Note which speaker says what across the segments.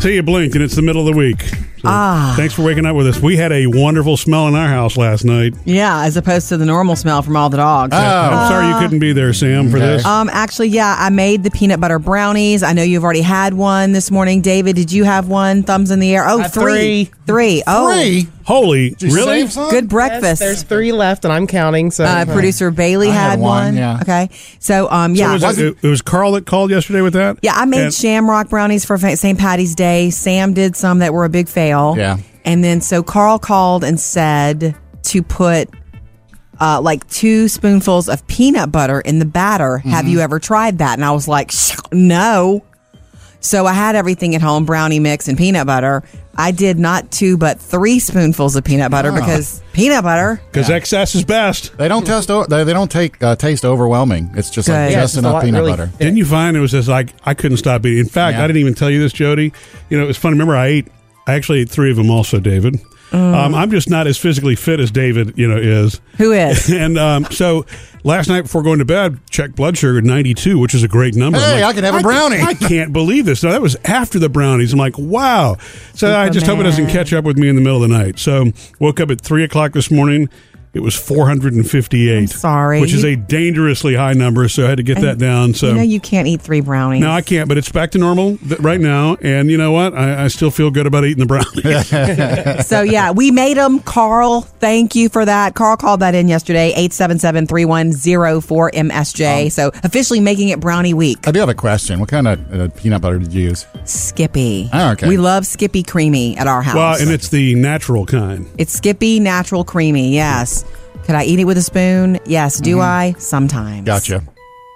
Speaker 1: till you blink and it's the middle of the week. So
Speaker 2: Ah.
Speaker 1: Thanks for waking up with us. We had a wonderful smell in our house last night.
Speaker 2: Yeah, as opposed to the normal smell from all the dogs.
Speaker 3: Ah. Oh.
Speaker 1: I'm sorry you couldn't be there, Sam, for this.
Speaker 3: Uh,
Speaker 2: Um, actually, yeah, I made the peanut butter brownies. I know you've already had one this morning. David, did you have one? Thumbs in the air. Oh,
Speaker 4: Had
Speaker 2: three.
Speaker 4: three.
Speaker 2: Three. Oh,
Speaker 3: Three.
Speaker 1: Holy,
Speaker 3: Did you
Speaker 1: really?
Speaker 3: save some?
Speaker 2: good
Speaker 4: Yes,
Speaker 2: breakfast.
Speaker 4: there's three left, and I'm counting. So
Speaker 2: uh, producer Bailey
Speaker 3: I
Speaker 2: had,
Speaker 3: had
Speaker 2: one.
Speaker 3: one, yeah.
Speaker 2: Okay. So, um,
Speaker 1: So
Speaker 2: yeah.
Speaker 1: was it, it, was Carl that called yesterday with that.
Speaker 2: yeah, I made
Speaker 1: And-
Speaker 2: shamrock brownies for fa- St. Patty's Day. Sam did some that were a big fail.
Speaker 3: Yeah.
Speaker 2: And then so Carl called and said to put uh, like two spoonfuls of peanut butter in the batter. Have you ever tried that? And I was like, no. So I had everything at home brownie mix and peanut butter. I did not two, but three spoonfuls of peanut butter because peanut butter.
Speaker 1: Because excess is best.
Speaker 3: They don't test. o- They, they don't take uh, taste overwhelming. It's just
Speaker 2: Good.
Speaker 3: like
Speaker 2: Yeah, it's
Speaker 3: just
Speaker 4: just a
Speaker 3: enough
Speaker 4: lot-
Speaker 3: peanut
Speaker 4: really-
Speaker 3: butter.
Speaker 1: Didn't you find it was just like I couldn't stop eating? In fact,
Speaker 3: Yeah.
Speaker 1: I didn't even tell you this, Jody. You know, it's funny. Remember, I ate. I actually ate three of them, also, David. Um, I'm just not as physically fit as David, you know, is.
Speaker 2: Mm. Who is?
Speaker 1: And um, so last night before going to bed, checked blood sugar 92, which is a great number. I'm
Speaker 3: Hey, I can have a brownie.
Speaker 1: I can't believe this. Now, that was after the brownies. I'm like, wow. So I just hope it doesn't
Speaker 2: Superman.
Speaker 1: catch up with me in the middle of the night. So woke up at 3 o'clock this morning. It was 458.
Speaker 2: I'm sorry.
Speaker 1: Which is a dangerously high number. So I had to get that down. So
Speaker 2: you know you can't eat three brownies.
Speaker 1: no, I can't, but it's back to normal th- right now. And you know what? I, I still feel good about eating the brownies.
Speaker 2: So yeah, we made them. Carl, thank you for that. Carl called that in yesterday,
Speaker 1: Um,
Speaker 2: 877-3104-MSJ. so officially making it brownie week.
Speaker 1: uh,
Speaker 3: I do have a question. What kind of uh, peanut butter did you use?
Speaker 2: Skippy.
Speaker 3: Oh, okay.
Speaker 2: We love Skippy Creamy at our house.
Speaker 1: Ah, well, and it's the natural kind.
Speaker 2: it's Skippy Natural Creamy, yes. Could I eat it with a spoon? Yes.
Speaker 1: Mm-hmm.
Speaker 2: Do I? Sometimes.
Speaker 3: Gotcha.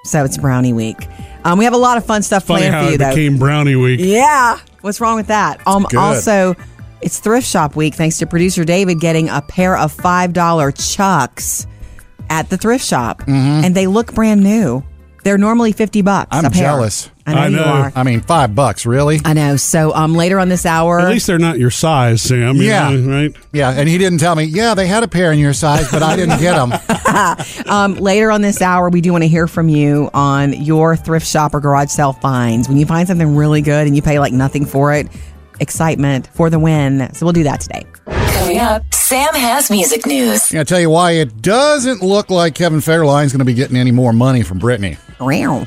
Speaker 2: So it's brownie week. Um, we have a lot of fun stuff
Speaker 1: Funny
Speaker 2: planned
Speaker 1: how
Speaker 2: for you
Speaker 1: it
Speaker 2: though.
Speaker 1: became brownie week.
Speaker 2: Yeah. What's wrong with that? Um,
Speaker 3: Good.
Speaker 2: also, it's thrift shop week thanks to producer David getting a pair of $5 chucks at the thrift shop. And they look brand new. They're normally 50 bucks.
Speaker 3: Mm-hmm. I'm
Speaker 2: a pair.
Speaker 3: jealous.
Speaker 2: I know,
Speaker 1: I
Speaker 2: you
Speaker 1: know.
Speaker 2: are.
Speaker 3: I mean, five bucks, really?
Speaker 2: I know. So um, later on this hour,
Speaker 1: At least they're not your size, Sam. you
Speaker 3: Yeah.
Speaker 1: know, right?
Speaker 3: Yeah, and he didn't tell me. Yeah, they had a pair in your size, but I didn't get them.
Speaker 2: um, later on this hour, we do want to hear from you on your thrift shop or garage sale finds. When you find something really good and you pay like nothing for it, excitement for the win. So we'll do that today.
Speaker 5: Coming up, Sam has music news.
Speaker 3: I tell you why it doesn't look like Kevin Fairline's going to be getting any more money from Brittany.
Speaker 2: Meow.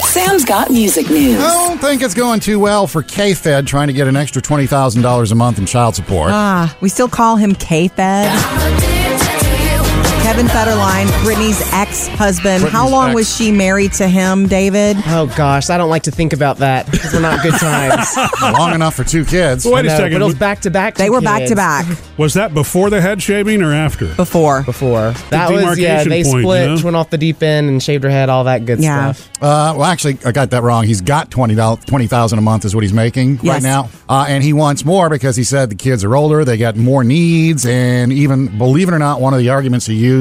Speaker 5: Sam's got music news.
Speaker 3: I don't think it's going too well for K Fed trying to get an extra twenty thousand dollars a month in child support.
Speaker 2: Ah, we still call him K Fed. Kevin Federline, Brittany's ex husband. How
Speaker 3: Britney's
Speaker 2: long
Speaker 3: ex.
Speaker 2: was she married to him, David?
Speaker 4: Oh gosh, I don't like to think about that because we're not good times.
Speaker 3: Long enough for two kids.
Speaker 1: Wait a
Speaker 4: No,
Speaker 1: second.
Speaker 4: but it was back to back.
Speaker 2: They were back to back
Speaker 1: Was that before the head shaving or after?
Speaker 2: before.
Speaker 4: before. That was yeah.
Speaker 1: demarcation
Speaker 4: They
Speaker 1: point,
Speaker 4: split,
Speaker 1: you know?
Speaker 4: went off the deep end, and shaved her head. All that good
Speaker 2: Yeah.
Speaker 4: stuff.
Speaker 3: Uh, well, actually, I got that wrong. He's got twenty dollars, twenty thousand a month is what he's making
Speaker 2: Yes.
Speaker 3: right now, uh, and he wants more because he said the kids are older, they got more needs, and even believe it or not, one of the arguments he used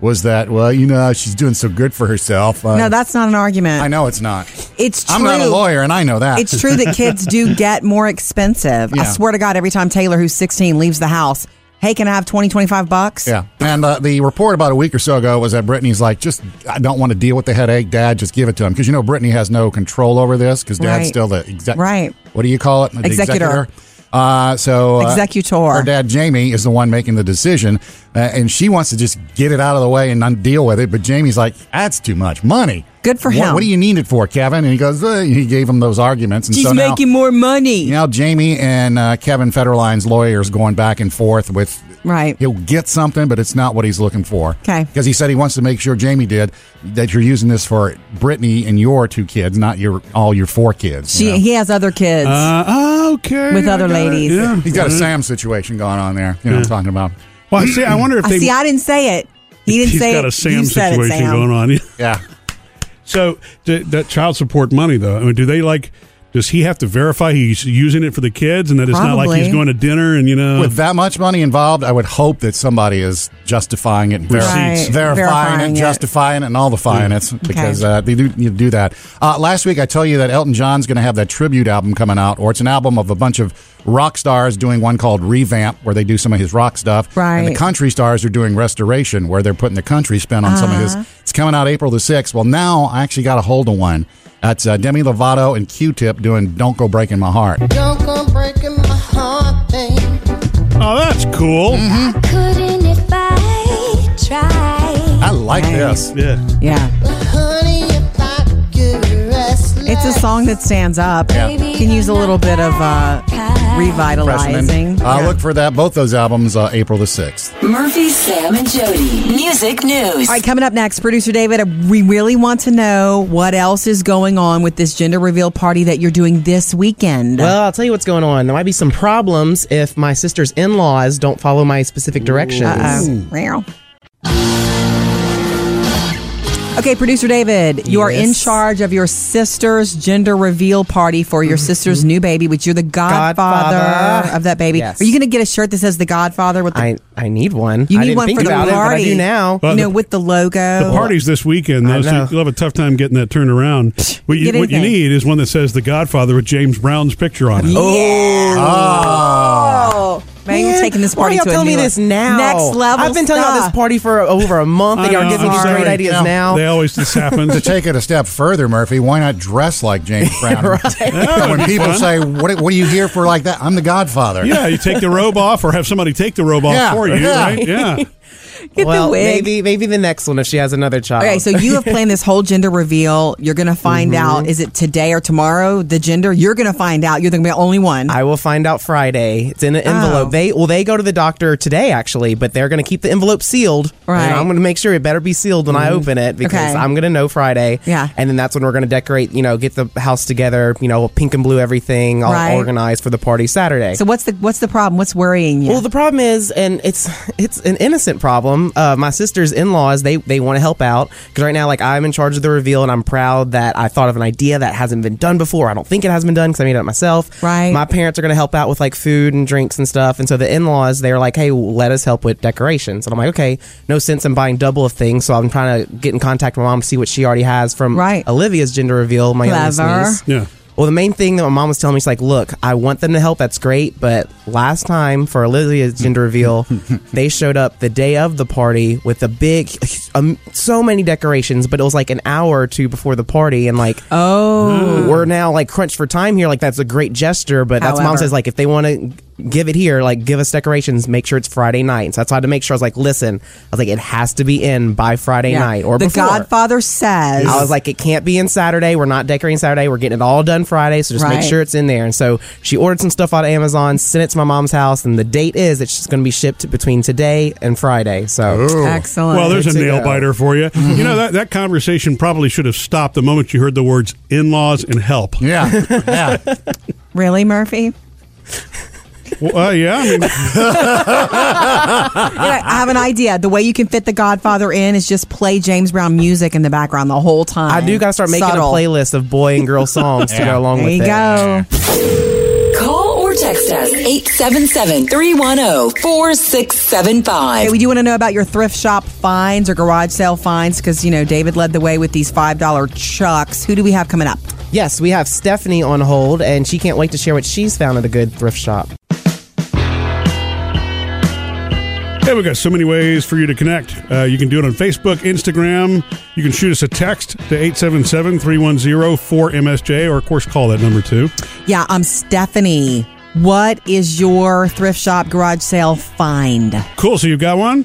Speaker 3: was that, well, you know, she's doing so good for herself. Uh,
Speaker 2: No, that's not an argument.
Speaker 3: I know it's not.
Speaker 2: It's true.
Speaker 3: I'm not a lawyer, and I know that.
Speaker 2: It's true that kids do get more expensive. I
Speaker 3: Yeah.
Speaker 2: swear to God, every time Taylor, who's 16, leaves the house, hey, can I have 20, 25 bucks?
Speaker 3: Yeah. And uh, the report about a week or so ago was that Brittany's like, just, I don't want to deal with the headache. Dad, just give it to him. Because, you know, Brittany has no control over this because dad's
Speaker 2: Right.
Speaker 3: still the exec.
Speaker 2: Right.
Speaker 3: What do you call it? The
Speaker 2: Executor.
Speaker 3: Uh, so uh,
Speaker 2: Executor.
Speaker 3: Her dad, Jamie, is the one making the decision. Uh, and she wants to just get it out of the way and not deal with it. But Jamie's like, that's too much money.
Speaker 2: Good for
Speaker 3: What-
Speaker 2: him.
Speaker 3: What do you need it for, Kevin? And he goes, "Uh," he gave him those arguments. And
Speaker 2: She's
Speaker 3: so now,
Speaker 2: making more money.
Speaker 3: now Jamie and uh, Kevin Federline's lawyers going back and forth with
Speaker 2: Right.
Speaker 3: he'll get something, but it's not what he's looking for.
Speaker 2: 'Kay.
Speaker 3: because he said he wants to make sure Jamie did that you're using this for Brittany and your two kids, not your all your four kids.
Speaker 2: She,
Speaker 3: you know?
Speaker 2: He has other kids.
Speaker 1: Uh, okay.
Speaker 2: With
Speaker 1: I
Speaker 2: other
Speaker 1: got it.
Speaker 2: ladies.
Speaker 1: Yeah.
Speaker 3: he's got
Speaker 2: Mm-hmm.
Speaker 3: a Sam situation going on there. You know what I'm talking about?
Speaker 1: Well, see, I wonder if
Speaker 2: I
Speaker 1: they.
Speaker 2: see, I didn't say it. He didn't
Speaker 1: he's
Speaker 2: say
Speaker 1: got
Speaker 2: it.
Speaker 1: a Sam
Speaker 2: you said
Speaker 1: situation
Speaker 2: it, Sam.
Speaker 1: going on.
Speaker 3: Yeah.
Speaker 1: So d- that child support money, though, I mean, do they like? Does he have to verify he's using it for the kids, and that it's not like
Speaker 2: Probably.
Speaker 1: he's going to dinner and you know?
Speaker 3: With that much money involved, I would hope that somebody is justifying it, and ver-
Speaker 1: Receipts.
Speaker 2: Right,
Speaker 3: verifying,
Speaker 2: verifying
Speaker 3: it,
Speaker 2: it. Mm.
Speaker 3: justifying it, and all the finance because uh, they do you do that. Uh, last week, I tell you that Elton John's going to have that tribute album coming out, or it's an album of a bunch of rock stars doing one called Revamp, where they do some of his rock stuff. And
Speaker 2: Right.
Speaker 3: the country stars are doing Restoration,
Speaker 2: Uh-huh.
Speaker 3: where they're putting the country spin on some of his. It's coming out April the sixth. Well, now I actually got a hold of one. That's uh, Demi Lovato and Q-Tip doing "Don't Go Breaking My Heart."
Speaker 6: Don't go breaking my heart, babe.
Speaker 1: Oh, that's cool.
Speaker 7: Couldn't if I tried.
Speaker 3: I like this.
Speaker 1: Yeah.
Speaker 2: Yeah.
Speaker 6: Honey, if I could restless.
Speaker 2: It's a song that stands up.
Speaker 3: Yeah.
Speaker 2: You can use a little bit of uh, revitalizing.
Speaker 3: Freshman. Uh, Look for that. Both those albums, uh, April the sixth.
Speaker 5: Murphy, Sam, and Jody. Music news.
Speaker 2: All right, coming up next, producer David, uh, we really want to know what else is going on with this gender reveal party that you're doing this weekend.
Speaker 4: Well, I'll tell you what's going on. There might be some problems if my sister's in laws don't follow my specific directions.
Speaker 2: Uh-oh. Meow. Okay, producer David, you are in
Speaker 4: Yes.
Speaker 2: charge of your sister's gender reveal party for your sister's new baby, which you're the godfather,
Speaker 4: Mm-hmm. Godfather.
Speaker 2: of that baby.
Speaker 4: Yes.
Speaker 2: Are you going to get a shirt that says the godfather with the,
Speaker 4: I, I need one.
Speaker 2: You
Speaker 4: I
Speaker 2: need
Speaker 4: didn't
Speaker 2: one
Speaker 4: think
Speaker 2: for the
Speaker 4: about it, but I
Speaker 2: party.
Speaker 4: do now.
Speaker 2: you
Speaker 1: Well,
Speaker 2: know,
Speaker 1: the-
Speaker 2: with the logo?
Speaker 1: The party's this weekend, though,
Speaker 4: I
Speaker 1: so
Speaker 4: know.
Speaker 1: you'll have a tough time getting that turned around. What you,
Speaker 2: Get
Speaker 1: what you
Speaker 2: anything.
Speaker 1: need is one that says The Godfather with James Brown's picture on it.
Speaker 2: Oh, man, you're taking this party
Speaker 4: Why y'all
Speaker 2: to a
Speaker 4: tell
Speaker 2: new
Speaker 4: me
Speaker 2: le-
Speaker 4: this now?
Speaker 2: next level.
Speaker 4: I've been telling y'all this
Speaker 2: stuff.
Speaker 4: party for over a month,
Speaker 1: I
Speaker 4: and y'all
Speaker 1: know,
Speaker 4: giving
Speaker 1: I'm
Speaker 4: me these
Speaker 1: sorry.
Speaker 4: great ideas
Speaker 3: Yeah.
Speaker 4: now.
Speaker 1: They always, this
Speaker 3: To
Speaker 1: happens.
Speaker 3: take it a step further, Murphy, why not dress like James Brown? when people
Speaker 1: Oh,
Speaker 3: say, what, "What are you here for?" like that, I'm the Godfather.
Speaker 1: yeah, you take the robe off or have somebody take the robe off
Speaker 3: Yeah,
Speaker 1: for you,
Speaker 3: yeah.
Speaker 1: right? Yeah.
Speaker 2: Get
Speaker 4: well,
Speaker 2: the wig.
Speaker 4: maybe maybe the next one if she has another child.
Speaker 2: Okay, so you have planned this whole gender reveal. You're going to find
Speaker 4: Mm-hmm.
Speaker 2: out is it today or tomorrow the gender? You're going to find out. You're going to be the only one.
Speaker 4: I will find out Friday. It's in an envelope.
Speaker 2: Oh.
Speaker 4: They well, they go to the doctor today actually, but they're going to keep the envelope sealed.
Speaker 2: Right. Mm-hmm.
Speaker 4: And I'm going to make sure it better be sealed when I open it because
Speaker 2: Okay.
Speaker 4: I'm going to know Friday.
Speaker 2: Yeah.
Speaker 4: And then that's when we're going to decorate. You know, get the house together. You know, pink and blue everything, all
Speaker 2: Right.
Speaker 4: organized for the party Saturday.
Speaker 2: so what's the what's the problem? What's worrying you?
Speaker 4: Well, the problem is, and it's it's an innocent problem. Uh, my sister's in laws they they want to help out because right now, like I'm in charge of the reveal, and I'm proud that I thought of an idea that hasn't been done before. I don't think it has been done because I made it up myself.
Speaker 2: Right.
Speaker 4: My parents are going to help out with like food and drinks and stuff, and so the in laws they're like, hey, well, let us help with decorations, and I'm like, okay, no sense in buying double of things, so I'm trying to get in contact with my mom to see what she already has from
Speaker 2: Right.
Speaker 4: Olivia's gender reveal, my youngest
Speaker 2: Clever.
Speaker 4: niece.
Speaker 1: Yeah.
Speaker 4: Well, the main thing that my mom was telling me, she's like, look, I want them to help. That's great. But last time for Olivia's gender reveal, they showed up the day of the party with a big, um, so many decorations, but it was like an hour or two before the party. And like,
Speaker 2: oh,
Speaker 4: we're now like crunched for time here. Like, that's a great gesture. But that's mom
Speaker 2: However.
Speaker 4: says, like, if they want to give it here, like, give us decorations, make sure it's Friday night. And so that's why I had to make sure. I was like, listen, I was like, it has to be in by Friday
Speaker 2: yeah.
Speaker 4: night or
Speaker 2: the
Speaker 4: before.
Speaker 2: Godfather says.
Speaker 4: I was like, it can't be in Saturday. We're not decorating Saturday. We're getting it all done Friday. So just
Speaker 2: Right.
Speaker 4: make sure it's in there. And so she ordered some stuff out of Amazon, sent it to my mom's house, and the date is it's just going to be shipped between today and Friday. So
Speaker 2: Oh. excellent.
Speaker 1: Well, there's a
Speaker 4: to
Speaker 1: nail
Speaker 4: go.
Speaker 1: biter for you.
Speaker 3: Mm-hmm.
Speaker 1: You know, that, that conversation probably should have stopped the moment you heard the words in laws and help.
Speaker 3: yeah, yeah.
Speaker 2: really Murphy.
Speaker 1: Well, uh, yeah, I mean,
Speaker 2: Yeah, I have an idea. The way you can fit the Godfather in is just play James Brown music in the background the whole time.
Speaker 4: I do got to start making
Speaker 2: Subtle.
Speaker 4: a playlist of boy and girl songs to
Speaker 3: Yeah.
Speaker 4: go along
Speaker 2: There
Speaker 4: with
Speaker 2: you
Speaker 4: it.
Speaker 2: go.
Speaker 5: Call or text us 877 310
Speaker 2: Okay,
Speaker 5: 4675.
Speaker 2: we do want to know about your thrift shop finds or garage sale finds because, you know, David led the way with these $5 chucks. Who do we have coming up?
Speaker 4: Yes, we have Stephanie on hold, and she can't wait to share what she's found at a good thrift shop.
Speaker 1: Hey, we've got so many ways for you to connect. Uh, you can do it on Facebook, Instagram. You can shoot us a text to 877 310 4MSJ or, of course, call that number too.
Speaker 2: Yeah, I'm Stephanie. What is your thrift shop garage sale find?
Speaker 1: Cool. So you've got one?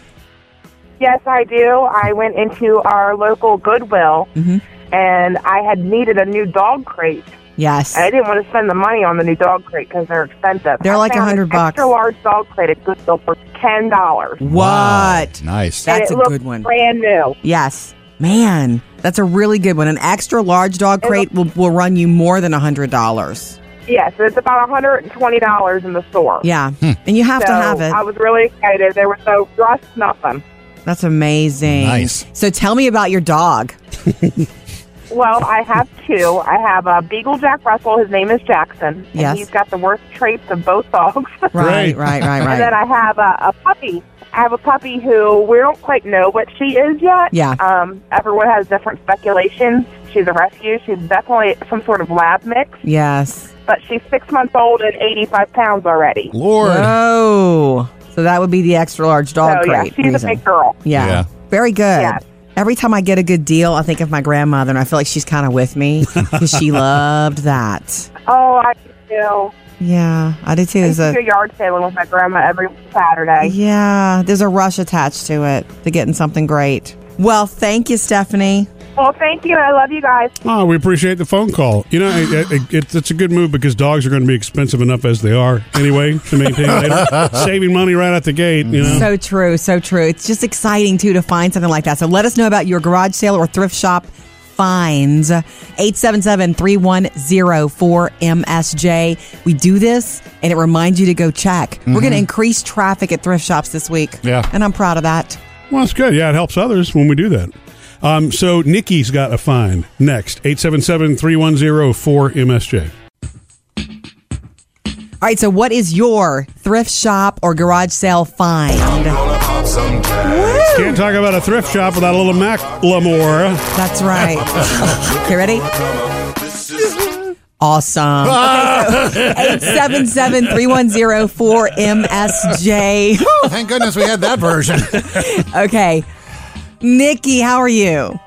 Speaker 8: Yes, I do. I went into our local Goodwill
Speaker 2: Mm-hmm.
Speaker 8: and I had needed a new dog crate.
Speaker 2: Yes.
Speaker 8: And I didn't want to spend the money on the new dog crate because they're expensive.
Speaker 2: They're
Speaker 8: I
Speaker 2: like
Speaker 8: found an
Speaker 2: 100 bucks.
Speaker 8: Extra large dog crate at Goodwill for ten dollars.
Speaker 2: What?
Speaker 3: Nice.
Speaker 2: That's a
Speaker 8: and it looked
Speaker 2: good one.
Speaker 8: Brand new.
Speaker 2: Yes. Man, that's a really good one. An extra large dog crate will, will run you more than $100.
Speaker 8: Yes, it's about hundred and twenty dollars in the store.
Speaker 2: Yeah. And you have
Speaker 8: So
Speaker 2: to have it.
Speaker 8: I was really excited. There was no rust, nothing.
Speaker 2: That's amazing.
Speaker 3: Nice.
Speaker 2: So tell me about your dog.
Speaker 8: Well, I have two. I have a Beagle Jack Russell. His name is Jackson. and
Speaker 2: Yes.
Speaker 8: he's got the worst traits of both dogs.
Speaker 2: Right,
Speaker 1: Right.
Speaker 2: right, right, right.
Speaker 8: And then I have a, a puppy. I have a puppy who we don't quite know what she is yet.
Speaker 2: Yeah.
Speaker 8: Um, everyone has different speculations. She's a rescue. She's definitely some sort of lab mix,
Speaker 2: yes.
Speaker 8: but she's six months old and 85 pounds already.
Speaker 3: Lord.
Speaker 2: Oh, so that would be the extra large dog
Speaker 8: so, yeah,
Speaker 2: crate.
Speaker 8: she's a
Speaker 2: reason.
Speaker 8: big girl.
Speaker 2: Yeah.
Speaker 3: Yeah.
Speaker 2: very good.
Speaker 8: Yeah.
Speaker 2: Every time I get a good deal, I think of my grandmother, and I feel like she's kind of with me because she loved that.
Speaker 8: Oh, I do.
Speaker 2: Yeah, I do too.
Speaker 8: I
Speaker 2: There's
Speaker 8: used to
Speaker 2: a
Speaker 8: do yard sailing with my grandma every Saturday.
Speaker 2: yeah, there's a rush attached to it to getting something great. Well, thank you, Stephanie.
Speaker 8: Well, thank you. I love you guys.
Speaker 1: Oh, we appreciate the phone call. You know, it, it, it, it's a good move because dogs are going to be expensive enough as they are anyway to maintain later. Saving money right out the gate, you know.
Speaker 2: So true, so true. It's just exciting too to find something like that. So let us know about your garage sale or thrift shop finds. 877-310-4MSJ. We do this and it reminds you to go check. We're going to increase traffic at thrift shops this week.
Speaker 3: Yeah.
Speaker 2: And I'm proud of that.
Speaker 1: Well, that's good. Yeah, it helps others when we do that. Um, so Nikki's got a fine next 877 310 4MSJ.
Speaker 2: All right, so what is your thrift shop or garage sale find?
Speaker 1: Can't talk about a thrift shop without a little Macklemore.
Speaker 2: That's right. okay, ready? Awesome. Eight seven seven three one zero four msj
Speaker 3: Thank goodness we had that version.
Speaker 2: Okay. Nikki, how are you?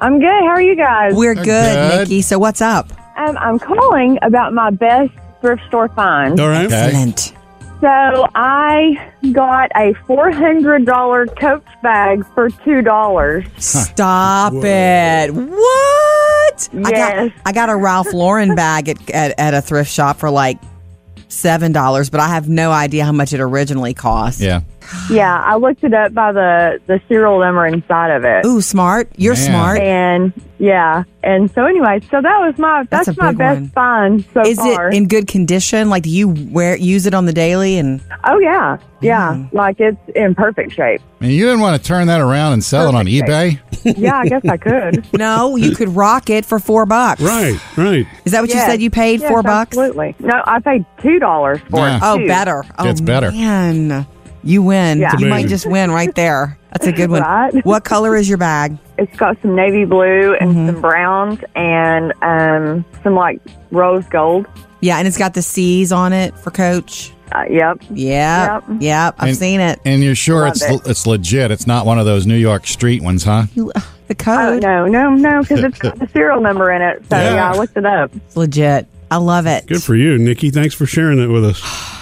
Speaker 8: I'm good. How are you guys?
Speaker 2: We're good,
Speaker 3: good.
Speaker 2: Nikki. So what's up?
Speaker 8: Um, I'm calling about my best thrift store find.
Speaker 1: All right.
Speaker 2: Excellent.
Speaker 8: So I got a $400 Coach bag for $2.
Speaker 2: Stop it. What? I got
Speaker 8: Yes.
Speaker 2: I got a Ralph Lauren bag at, at, at a thrift shop for like seven dollars, but I have no idea how much it originally cost.
Speaker 3: Yeah.
Speaker 8: Yeah, I looked it up by the, the serial number inside of it.
Speaker 2: Ooh, smart. You're
Speaker 3: Man.
Speaker 2: smart.
Speaker 8: And yeah, and so anyway, so that was my
Speaker 2: That's
Speaker 8: that's,
Speaker 2: a
Speaker 8: my
Speaker 2: big
Speaker 8: best
Speaker 2: one.
Speaker 8: find so
Speaker 2: Is
Speaker 8: far.
Speaker 2: it in good condition? Like, do you wear use it on the daily? And
Speaker 8: oh yeah, yeah, like it's in perfect shape.
Speaker 3: I mean, you didn't want to turn that around and sell it on eBay.
Speaker 8: Yeah, I guess I could.
Speaker 2: no, you could rock it for four bucks.
Speaker 1: Right, right.
Speaker 2: Is that what you
Speaker 8: Yes.
Speaker 2: said you paid?
Speaker 8: Yes,
Speaker 2: four bucks.
Speaker 8: Absolutely. No, I paid two dollars for
Speaker 3: Yeah.
Speaker 8: it.
Speaker 2: Oh,
Speaker 8: too.
Speaker 2: better. Oh,
Speaker 3: It's better.
Speaker 2: Man, you win.
Speaker 8: Yeah. It's
Speaker 2: You might
Speaker 1: amazing.
Speaker 2: just win right there. That's a good one.
Speaker 8: Right?
Speaker 2: What color is your bag?
Speaker 8: It's got some navy blue and
Speaker 2: Mm-hmm.
Speaker 8: some browns and um, some like rose gold.
Speaker 2: Yeah, and it's got the C's on it for Coach.
Speaker 8: Uh, yep.
Speaker 2: Yeah, yep.
Speaker 8: Yep.
Speaker 2: I've
Speaker 3: And-
Speaker 2: seen it.
Speaker 3: And you're sure
Speaker 8: Love
Speaker 3: it's
Speaker 8: it.
Speaker 3: it's legit. It's not one of those New York street ones, huh?
Speaker 2: You- The
Speaker 8: Oh
Speaker 2: code,
Speaker 8: no, no, no, because it's got the serial number in it. So
Speaker 1: Yeah.
Speaker 8: yeah, I looked it up.
Speaker 2: It's legit. I love it.
Speaker 1: Good for you, Nikki. Thanks for sharing that with us.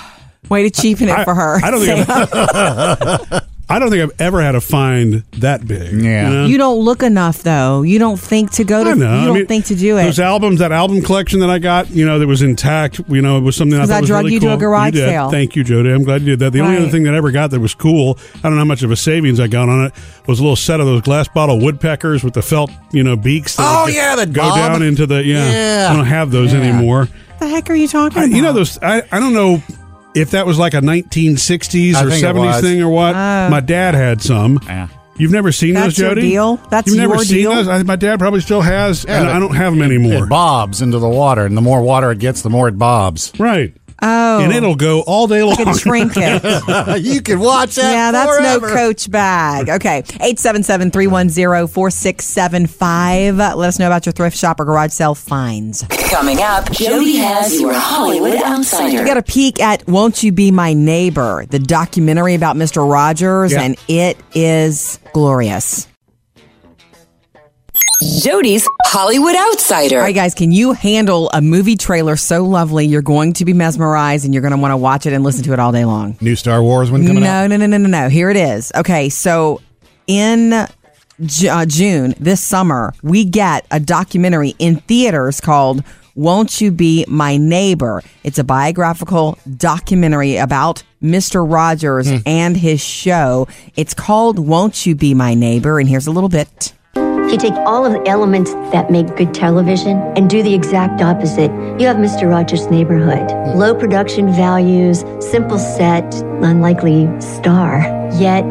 Speaker 2: Way to cheapen it
Speaker 1: I-
Speaker 2: for her.
Speaker 1: I don't think
Speaker 2: Sam.
Speaker 1: I don't think I've ever had a find that big.
Speaker 3: Yeah.
Speaker 1: know?
Speaker 2: you don't look enough though. You don't think to go to.
Speaker 1: I know.
Speaker 2: You
Speaker 1: I
Speaker 2: don't
Speaker 1: mean,
Speaker 2: think to do it.
Speaker 1: Those albums, that album collection that I got, you know, that was intact. You know, it was something I
Speaker 2: Because
Speaker 1: thought
Speaker 2: I
Speaker 1: was
Speaker 2: drug
Speaker 1: really
Speaker 2: you to
Speaker 1: cool.
Speaker 2: a garage
Speaker 1: did.
Speaker 2: sale.
Speaker 1: Thank you, Jody. I'm glad you did that. The only
Speaker 2: Right.
Speaker 1: other thing that I ever got that was cool, I don't know how much of a savings I got on it, was a little set of those glass bottle woodpeckers with the felt, you know, beaks. That
Speaker 3: Oh,
Speaker 1: would
Speaker 3: yeah, the
Speaker 1: go
Speaker 3: bob.
Speaker 1: down into the yeah.
Speaker 3: Yeah.
Speaker 1: I don't have those
Speaker 3: Yeah.
Speaker 1: anymore.
Speaker 2: what the heck are you talking
Speaker 1: I,
Speaker 2: about?
Speaker 1: you know those. I, I don't know if that was like a 1960s
Speaker 3: I
Speaker 1: or
Speaker 3: think it
Speaker 1: 70s
Speaker 3: was.
Speaker 1: thing or what. My dad had some.
Speaker 3: Yeah.
Speaker 1: You've never seen
Speaker 2: Oh. That's
Speaker 1: those,
Speaker 2: your
Speaker 1: Jody?
Speaker 2: deal? That's
Speaker 1: You've never
Speaker 2: your
Speaker 1: seen
Speaker 2: deal?
Speaker 1: those. I, my dad probably still has,
Speaker 3: Yeah,
Speaker 1: and
Speaker 3: but-
Speaker 1: I don't have them anymore.
Speaker 3: It bobs into the water, and the more water it gets, the more it bobs.
Speaker 1: Right.
Speaker 2: Oh,
Speaker 1: And it'll go all day long.
Speaker 2: like a trinket.
Speaker 3: you can watch that.
Speaker 2: yeah, that's
Speaker 3: forever.
Speaker 2: no coach bag. Okay. 877-310-4675. Let us know about your thrift shop or garage sale finds.
Speaker 5: Coming up, Jody has your Hollywood Outsider.
Speaker 2: We got a peek at Won't You Be My Neighbor, the documentary about Mr. Rogers,
Speaker 3: Yeah.
Speaker 2: and it is glorious.
Speaker 5: Jody's Hollywood Outsider.
Speaker 2: All right, guys, can you handle a movie trailer so lovely you're going to be mesmerized and you're going to want to watch it and listen to it all day long?
Speaker 3: New Star Wars one coming
Speaker 2: no,
Speaker 3: out.
Speaker 2: No, no, no, no, no. Here it is. Okay, so in J- uh, June this summer, we get a documentary in theaters called "Won't You Be My Neighbor." It's a biographical documentary about Mr.
Speaker 3: Hmm.
Speaker 2: Rogers and his show. It's called "Won't You Be My Neighbor," and here's a little bit.
Speaker 9: If you take all of the elements that make good television and do the exact opposite, you have Mr. Rogers' neighborhood. Low production values, simple set, unlikely star. Yet,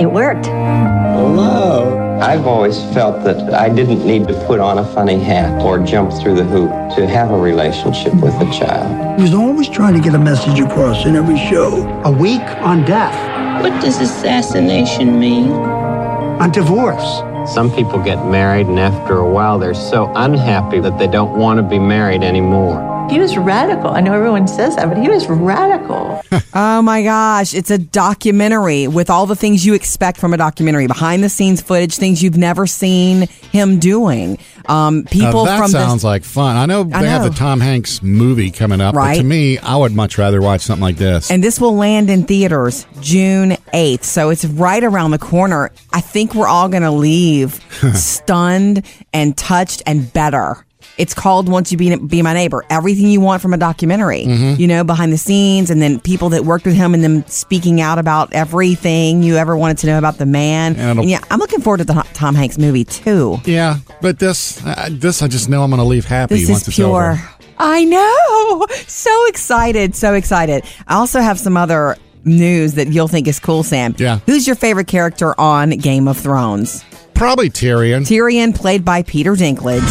Speaker 9: it worked.
Speaker 10: Hello. I've always felt that I didn't need to put on a funny hat or jump through the hoop to have a relationship with a child.
Speaker 11: He was always trying to get a message across in every show. A week on death,
Speaker 12: What does assassination mean?
Speaker 11: on divorce.
Speaker 10: Some people get married, and after a while, they're so unhappy that they don't want to be married anymore.
Speaker 12: He was radical. I know everyone says that, but he was radical.
Speaker 2: oh my gosh, it's a documentary with all the things you expect from a documentary behind the scenes footage, things you've never seen him doing. Um, people
Speaker 3: that
Speaker 2: from
Speaker 3: sounds
Speaker 2: the,
Speaker 3: like fun. I know they
Speaker 2: I
Speaker 3: have the
Speaker 2: know.
Speaker 3: Tom Hanks movie coming up, but to
Speaker 2: Right.
Speaker 3: me, I would much rather watch something like this.
Speaker 2: and this will land in theaters June 8th. So it's right around the corner. I think we're all going to leave stunned and touched and better. It's called Once You Be, Be My Neighbor. Everything you want from a documentary,
Speaker 3: Mm-hmm.
Speaker 13: Mhm.
Speaker 2: you know, behind the scenes, and then people that worked with him and them speaking out about everything you ever wanted to know about the man.
Speaker 3: And
Speaker 2: And,
Speaker 3: it'll-
Speaker 2: yeah, I'm looking forward to the Ho- Tom Hanks movie too.
Speaker 3: yeah, but this, I this I just know I'm going to leave happy
Speaker 2: This
Speaker 3: once
Speaker 2: is
Speaker 3: it's
Speaker 2: pure.
Speaker 3: over.
Speaker 2: I know. So excited. So excited. I also have some other news that you'll think is cool, Sam. Yeah. Who's your favorite character on Game of Thrones?
Speaker 3: Probably Tyrion.
Speaker 2: Tyrion, played by Peter Dinklage.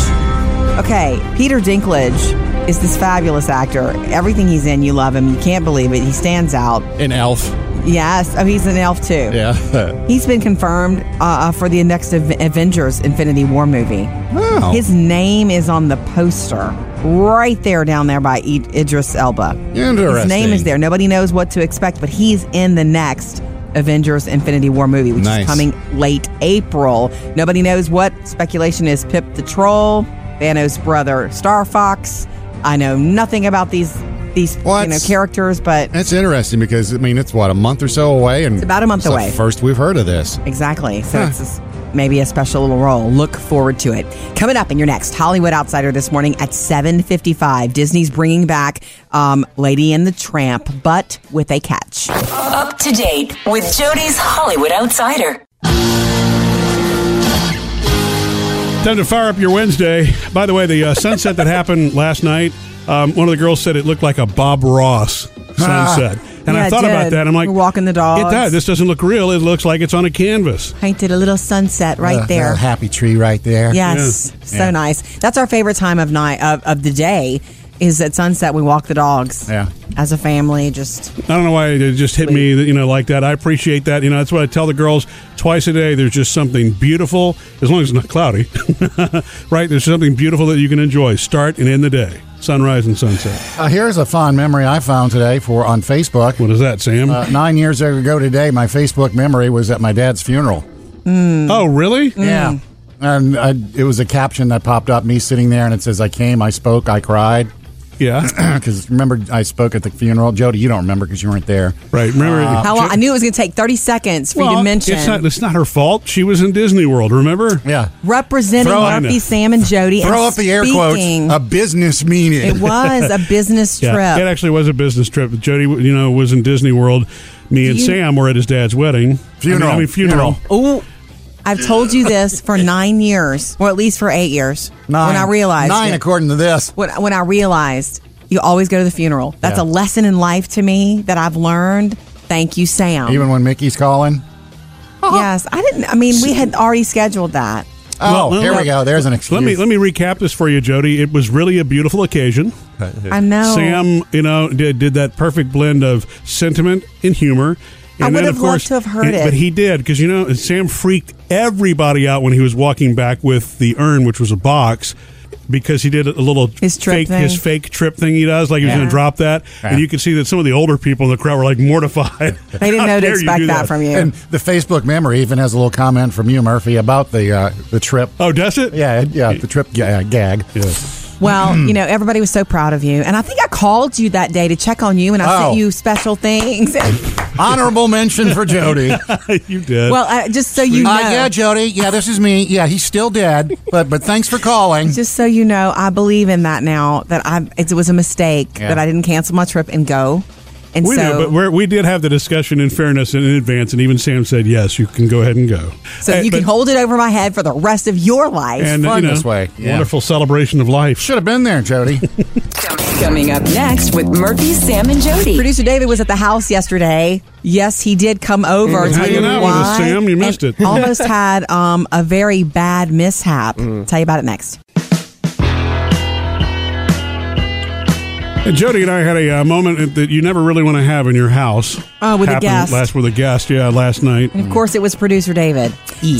Speaker 2: Okay, Peter Dinklage is this fabulous actor. Everything he's in, you love him. You can't believe it. He stands out.
Speaker 3: An elf.
Speaker 2: Yes. Oh, he's an elf too.
Speaker 3: Yeah.
Speaker 2: He's been confirmed uh, for the next Av- Avengers Infinity War movie.
Speaker 3: Wow.
Speaker 2: His name is on the poster right there down there by I- Idris Elba. His name is
Speaker 3: Interesting.
Speaker 2: there. Nobody knows what to expect, but he's in the next Avengers Infinity War movie, which
Speaker 3: Nice.
Speaker 2: is coming late April. Nobody knows what. Speculation is Pip the Troll, Thanos' brother, Star Fox. I know nothing about these these you know
Speaker 3: that's-
Speaker 2: characters, but
Speaker 3: That's interesting because I mean it's what a month or so away, and it's
Speaker 2: about a month
Speaker 3: the
Speaker 2: away.
Speaker 3: first we've heard of this.
Speaker 2: Exactly. So it's just maybe a special little role. Look forward to it. Coming up in your next Hollywood Outsider this morning at 7.55, Disney's bringing back um, Lady and the Tramp, but with a catch.
Speaker 5: Up to date with Jody's Hollywood Outsider.
Speaker 1: Time to fire up your Wednesday. By the way, the uh, sunset that happened last night, um, one of the girls said it looked like a Bob Ross
Speaker 3: Ah.
Speaker 1: sunset. and
Speaker 2: Yeah,
Speaker 1: I
Speaker 2: it
Speaker 1: thought about
Speaker 2: did.
Speaker 1: that. I'm like,
Speaker 2: We're walking the dogs.
Speaker 1: It does. This doesn't look real. It looks like it's on a canvas.
Speaker 2: Painted a little sunset right
Speaker 1: Uh,
Speaker 2: there.
Speaker 1: uh,
Speaker 3: happy tree right there.
Speaker 2: Yes.
Speaker 1: Yeah.
Speaker 2: So
Speaker 1: Yeah.
Speaker 2: nice. That's our favorite time of night of, of the day is at sunset. We walk the dogs.
Speaker 1: Yeah.
Speaker 2: As a family, just
Speaker 1: I don't know why it just hit me, you know, like that. I appreciate that. You know, that's what I tell the girls twice a day. There's just something beautiful, as long as it's not cloudy, right? There's something beautiful that you can enjoy. Start and end the day, sunrise and sunset.
Speaker 3: Uh, here's a fond memory I found today for on Facebook.
Speaker 1: What is that, Sam?
Speaker 3: Uh, nine years ago today, my Facebook memory was at my dad's funeral. mm.
Speaker 1: Oh, really?
Speaker 2: Mm.
Speaker 3: Yeah. And I, it was a caption that popped up, me sitting there, and it says, I came, I spoke, I cried.
Speaker 1: Yeah.
Speaker 3: Because remember, I spoke at the funeral. Jody, you don't remember because you weren't there.
Speaker 1: Right. Remember,
Speaker 2: how long? I knew it was going to take 30 seconds for you to mention.
Speaker 1: It's not, it's not her fault. She was in Disney World, remember?
Speaker 3: Yeah.
Speaker 2: representing
Speaker 1: Throw in
Speaker 2: Murphy,
Speaker 1: a-
Speaker 2: Sam, and Jody.
Speaker 3: Throw
Speaker 2: and
Speaker 3: up the air
Speaker 2: speaking.
Speaker 3: quotes. A business meeting.
Speaker 2: It was a business trip.
Speaker 1: Yeah, it actually was a business trip. Jody, you know, was in Disney World. Me and
Speaker 2: you-
Speaker 1: Sam were at his dad's wedding.
Speaker 3: Funeral.
Speaker 1: I mean, I mean, funeral.
Speaker 2: Oh, I've told you this for nine years, or at least for eight years.
Speaker 3: Nine.
Speaker 2: When I realized
Speaker 3: Nine,
Speaker 2: it.
Speaker 3: according to this.
Speaker 2: when when I realized you always go to the funeral. That's
Speaker 3: Yeah.
Speaker 2: a lesson in life to me that I've learned. Thank you, Sam.
Speaker 3: Even when Mickey's calling.
Speaker 2: yes, I didn't. I mean, we had already scheduled that.
Speaker 3: Oh,
Speaker 1: Well,
Speaker 3: here
Speaker 1: let-
Speaker 3: we go. There's an excuse.
Speaker 1: Let me let me recap this for you, Jody. It was really a beautiful occasion.
Speaker 2: I know.
Speaker 1: Sam, you know, did did that perfect blend of sentiment and humor.
Speaker 2: I
Speaker 1: And
Speaker 2: would
Speaker 1: then,
Speaker 2: have
Speaker 1: of course,
Speaker 2: loved to have heard
Speaker 1: and-
Speaker 2: it.
Speaker 1: but he did because you know Sam freaked everybody out when he was walking back with the urn, which was a box, because he did a little his
Speaker 2: trip
Speaker 1: fake
Speaker 2: thing.
Speaker 1: his fake trip thing he does, like he was
Speaker 2: Yeah.
Speaker 1: going to drop that,
Speaker 3: Yeah.
Speaker 1: and you could see that some of the older people in the crowd were like mortified.
Speaker 2: They didn't
Speaker 1: How
Speaker 2: know to
Speaker 1: dare you
Speaker 2: expect
Speaker 1: do
Speaker 2: that from you.
Speaker 3: And the Facebook memory even has a little comment from you, Murphy, about the uh, the trip.
Speaker 1: Oh, does it?
Speaker 3: Yeah, yeah, the trip ga- uh, gag.
Speaker 2: Well, you know, everybody was so proud of you, and I think I called you that day to check on you, and I
Speaker 3: Oh.
Speaker 2: sent you special things.
Speaker 3: Honorable mention for Jody.
Speaker 1: you did.
Speaker 2: well, I, just so you know,
Speaker 3: Uh, yeah, Jody. Yeah, this is me. Yeah, he's still dead, but but thanks for calling.
Speaker 2: Just so you know, I believe in that now. That I it was a mistake
Speaker 1: Yeah.
Speaker 2: that I didn't cancel my trip and go. And
Speaker 1: we
Speaker 2: so,
Speaker 1: know, but we're, we did have the discussion in fairness and in advance, and even Sam said, "Yes, you can go ahead and go." Eh,
Speaker 2: so you can hold it over my head for the rest of your life.
Speaker 1: and you know, Wonderful celebration of life.
Speaker 3: Should have been there, Jody.
Speaker 5: Coming up next with Murphy, Sam, and Jody.
Speaker 2: Producer David was at the house yesterday. Yes, he did come
Speaker 1: He
Speaker 2: over.
Speaker 1: was
Speaker 2: Tell
Speaker 1: hanging
Speaker 2: you
Speaker 1: out with us,
Speaker 2: why.
Speaker 1: Sam. You
Speaker 2: And
Speaker 1: missed it.
Speaker 2: almost had um, a very bad mishap.
Speaker 1: Mm.
Speaker 2: Tell you about it next.
Speaker 1: And Jody and I had a uh, moment that you never really want to have in your house.
Speaker 2: Oh, with a
Speaker 1: Happened
Speaker 2: guest. Mm-hmm.
Speaker 1: Last with a guest, yeah, last night.
Speaker 2: And of course, it was producer David.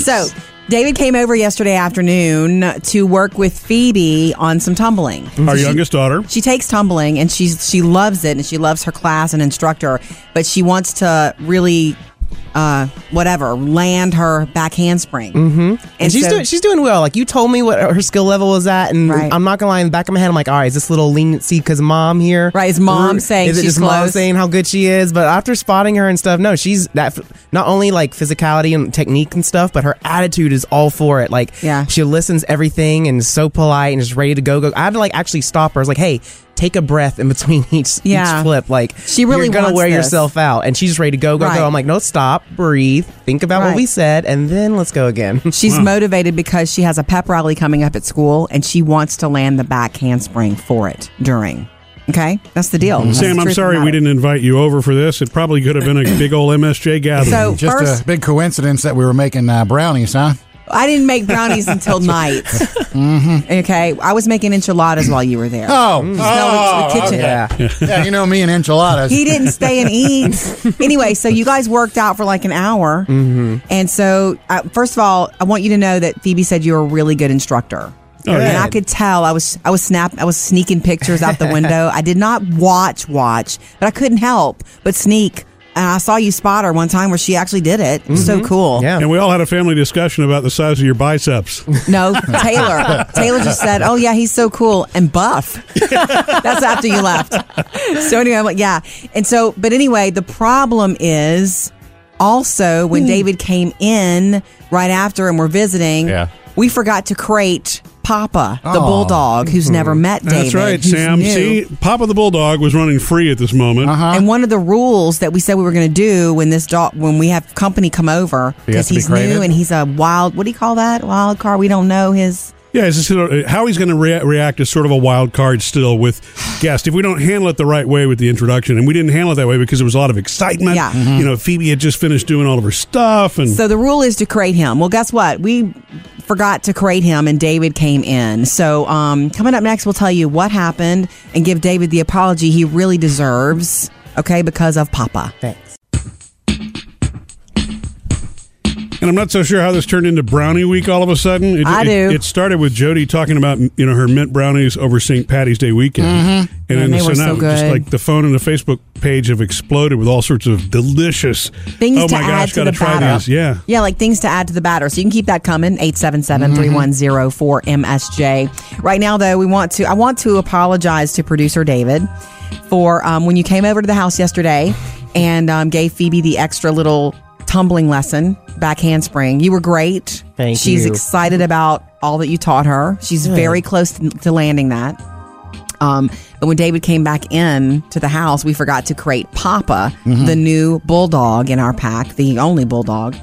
Speaker 2: So David came over yesterday afternoon to work with Phoebe on some tumbling.
Speaker 1: Our
Speaker 2: She-
Speaker 1: youngest daughter.
Speaker 2: She takes tumbling and she's she loves it and she loves her class and instructor, but she wants to really uh whatever, land her back handspring.
Speaker 4: Mm-hmm. And, she's
Speaker 2: so-
Speaker 4: doing she's doing well. Like you told me what her skill level was at, and I'm not gonna lie. In the back of my head, I'm like, all right, is this little leniency because mom here? Right,
Speaker 2: is mom saying
Speaker 4: is it
Speaker 2: she's
Speaker 4: just mom
Speaker 2: close?
Speaker 4: saying how good she is? But after spotting her and stuff, no, she's that not only like physicality and technique and stuff, but her attitude is all for it. Like yeah. she listens everything and is so polite and is ready to go go. I had to like actually stop her. I was like, hey. Take a breath in between each,
Speaker 2: Yeah.
Speaker 4: each flip. Like
Speaker 2: She really
Speaker 4: you're gonna
Speaker 2: wants
Speaker 4: wear
Speaker 2: this.
Speaker 4: yourself out, and she's just ready to go, go,
Speaker 2: Right.
Speaker 4: go. I'm like, no, stop, breathe, think about
Speaker 2: Right.
Speaker 4: what we said, and then let's go again.
Speaker 2: She's motivated because she has a pep rally coming up at school and she wants to land the back handspring for it during. Okay? That's the deal. That's
Speaker 1: Sam,
Speaker 2: the
Speaker 1: I'm
Speaker 2: truth
Speaker 1: sorry
Speaker 2: about
Speaker 1: we
Speaker 2: it.
Speaker 1: didn't invite you over for this. It probably could have been a big old MSJ gathering.
Speaker 2: So
Speaker 3: Just
Speaker 2: first-
Speaker 3: a big coincidence that we were making uh, brownies, huh?
Speaker 2: I didn't make brownies until night. Okay, I was making enchiladas while you were there.
Speaker 3: Oh,
Speaker 2: Smelling to
Speaker 3: oh,
Speaker 2: the kitchen.
Speaker 3: okay. yeah, you know me and enchiladas.
Speaker 2: He didn't stay and eat. anyway, so you guys worked out for like an hour,
Speaker 3: Mm-hmm.
Speaker 2: and so uh, first of all, I want you to know that Phoebe said you're a really good instructor.
Speaker 3: Oh,
Speaker 2: and
Speaker 3: yeah.
Speaker 2: I could tell I was I was snap I was sneaking pictures out the window. I did not watch watch, but I couldn't help but sneak. And I saw you spot her one time where she actually did it. It was
Speaker 3: Mm-hmm.
Speaker 2: So cool.
Speaker 1: And we all had a family discussion about the size of your biceps.
Speaker 2: No, Taylor. Taylor just said, "Oh yeah, he's so cool and buff." That's after you left. So anyway, I'm like, yeah, and so, but anyway, the problem is also
Speaker 1: Hmm.
Speaker 2: when David came in right after and we're visiting.
Speaker 1: Yeah.
Speaker 2: we forgot to crate Papa, the
Speaker 1: Aw. Mm-hmm.
Speaker 2: bulldog, who's never met David.
Speaker 1: That's right,
Speaker 2: who's
Speaker 1: Sam.
Speaker 2: new.
Speaker 1: See, uh-huh. Papa the Bulldog was running free at this moment.
Speaker 2: And one of the rules that we said we were going to do when this dog, when we have company come over,
Speaker 1: He
Speaker 2: because
Speaker 1: has to be
Speaker 2: he's
Speaker 1: crated?
Speaker 2: new and he's a wild. What do you call that? Wild card. We don't know his.
Speaker 1: Yeah, it's just, sort of- how he's going to rea- react is sort of a wild card still with guest. If we don't handle it the right way with the introduction, and we didn't handle it that way because there was a lot of excitement.
Speaker 2: Yeah. Mhm.
Speaker 1: You know, Phoebe had just finished doing all of her stuff, and
Speaker 2: So the rule is to create him. Well, guess what? We forgot to create him, and David came in. So um, coming up next, we'll tell you what happened and give David the apology he really deserves. Okay, because of Papa. Thanks.
Speaker 1: and I'm not so sure how this turned into Brownie Week all of a sudden. It,
Speaker 2: I
Speaker 1: it-
Speaker 2: do.
Speaker 1: It started with Jody talking about you know her mint brownies over St. Patty's Day weekend,
Speaker 2: Mhm.
Speaker 1: and,
Speaker 2: Man,
Speaker 1: then
Speaker 2: they
Speaker 1: so
Speaker 2: were
Speaker 1: now
Speaker 2: so
Speaker 1: just
Speaker 2: good.
Speaker 1: like the phone and the Facebook page have exploded with all sorts of delicious
Speaker 2: Things
Speaker 1: Oh
Speaker 2: to
Speaker 1: my
Speaker 2: add
Speaker 1: gosh,
Speaker 2: to
Speaker 1: gotta
Speaker 2: the
Speaker 1: try
Speaker 2: batter.
Speaker 1: these. Yeah.
Speaker 2: Yeah, like things to add to the batter. So you can keep that coming. 877-310-4MSJ. Right now though, we want to I want to apologize to producer David for um, when you came over to the house yesterday and um, gave Phoebe the extra little tumbling lesson, back handspring. You were great.
Speaker 4: Thank
Speaker 2: She's
Speaker 4: you.
Speaker 2: excited about all that you taught her. She's
Speaker 4: Good.
Speaker 2: very close to, to landing that. Um, but when David came back in to the house, we forgot to create Papa,
Speaker 4: Mm-hmm.
Speaker 13: Mhm.
Speaker 2: the new bulldog in our pack, the only bulldog.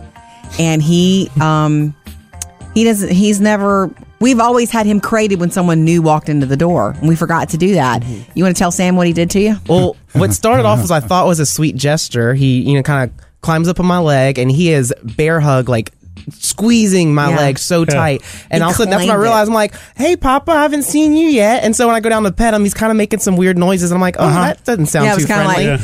Speaker 2: And he, um, he doesn't, he's never, we've always had him created when someone new walked into the door. And we forgot to do that.
Speaker 4: Mm-hmm.
Speaker 2: You want to tell Sam what he did to you?
Speaker 4: Well, what started off as I thought was a sweet gesture. He, you know, kind of climbs up on my leg and he is bear hug like squeezing my
Speaker 2: Yeah.
Speaker 4: leg so
Speaker 2: Yeah.
Speaker 4: tight. And
Speaker 2: He
Speaker 4: all of a sudden that's when I
Speaker 2: claimed it.
Speaker 4: realized I'm like, hey Papa, I haven't seen you yet. And so when I go down to pet him, he's kind of making some weird noises and I'm like, oh
Speaker 2: Uh-huh.
Speaker 4: that doesn't sound
Speaker 2: Yeah, it
Speaker 4: too
Speaker 2: was kinda
Speaker 4: friendly.
Speaker 2: like-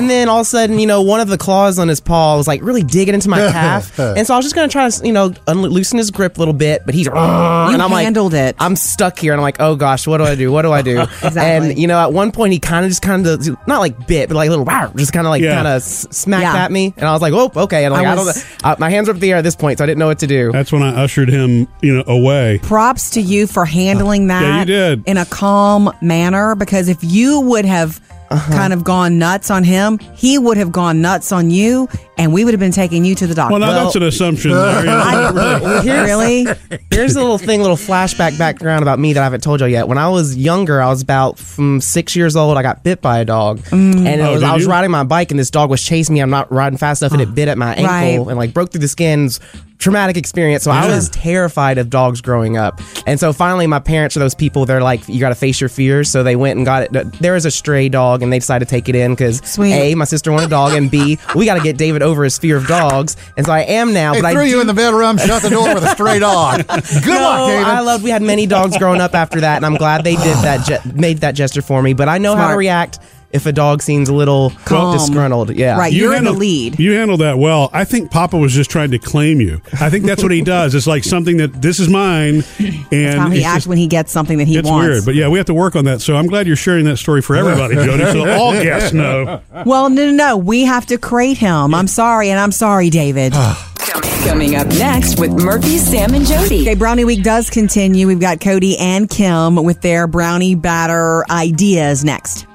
Speaker 4: and then all of a sudden, you know, one of the claws on his paw was like really digging into my calf. And so I was just gonna try to, you know, unlo- loosen his grip a little bit, but he's and I'm like
Speaker 2: handled it.
Speaker 4: I'm stuck here and I'm like, oh gosh, what do I do? What do I do?
Speaker 2: Exactly.
Speaker 4: And you know, at one point he kind of just kind of not like bit, but like a little wow, just kind of like
Speaker 2: Yeah.
Speaker 4: kind of s- smacked
Speaker 2: Yeah.
Speaker 4: at me, and I was like, oh, okay. And like,
Speaker 2: I
Speaker 4: I,
Speaker 2: was-
Speaker 4: don't, know- uh, my hands were up in the air at this point, so I didn't know what to do.
Speaker 1: That's when I ushered him, you know, away.
Speaker 2: Props to you for handling that
Speaker 1: you did.
Speaker 2: in a calm manner because if you would have
Speaker 1: Uh-huh.
Speaker 2: kind of gone nuts on him, he would have gone nuts on you and we would have been taking you to the doctor.
Speaker 1: Well, now that's an assumption. there, you know.
Speaker 2: really?
Speaker 4: Here's a little thing, little flashback background about me that I haven't told you yet. When I was younger, I was about from six years old. I got bit by a dog, and it
Speaker 2: Oh,
Speaker 4: was,
Speaker 2: did
Speaker 4: I was
Speaker 2: you?
Speaker 4: riding my bike, and this dog was chasing me. I'm not riding fast enough, and it bit at my ankle
Speaker 2: Right.
Speaker 4: and like broke through the skins. Traumatic experience. So I
Speaker 2: Yeah.
Speaker 4: was terrified of dogs growing up, and so finally, my parents are those people. They're like, you got to face your fears. So they went and got it. There was a stray dog, and they decided to take it in because a, my sister wanted a dog, and b, we got to get David over his fear of dogs. And so I am now.
Speaker 3: They
Speaker 4: but
Speaker 3: threw
Speaker 4: I do
Speaker 3: you in the bedroom, shut the door with a stray dog. Good
Speaker 4: no,
Speaker 3: luck, David.
Speaker 4: I loved. We had many dogs growing up after that, and I'm glad they did that, ge- made that gesture for me. But I know how to
Speaker 2: Smart.
Speaker 4: react. if a dog seems a little
Speaker 2: Calm.
Speaker 4: disgruntled. Yeah,
Speaker 2: Right, you're in the lead.
Speaker 1: You handled that well. I think Papa was just trying to claim you. I think that's what he does. It's like something that this is mine, and
Speaker 2: That's how he
Speaker 1: it's
Speaker 2: acts
Speaker 1: just-
Speaker 2: when he gets something that he
Speaker 1: it's
Speaker 2: wants.
Speaker 1: weird, but yeah, we have to work on that. So I'm glad you're sharing that story for everybody, Jody. So all guests know.
Speaker 2: Well, no, no, no. We have to crate him. I'm sorry, and I'm sorry, David.
Speaker 5: Coming up next with Murphy, Sam, and Jody.
Speaker 2: Okay, Brownie Week does continue. We've got Cody and Kim with their brownie batter ideas next.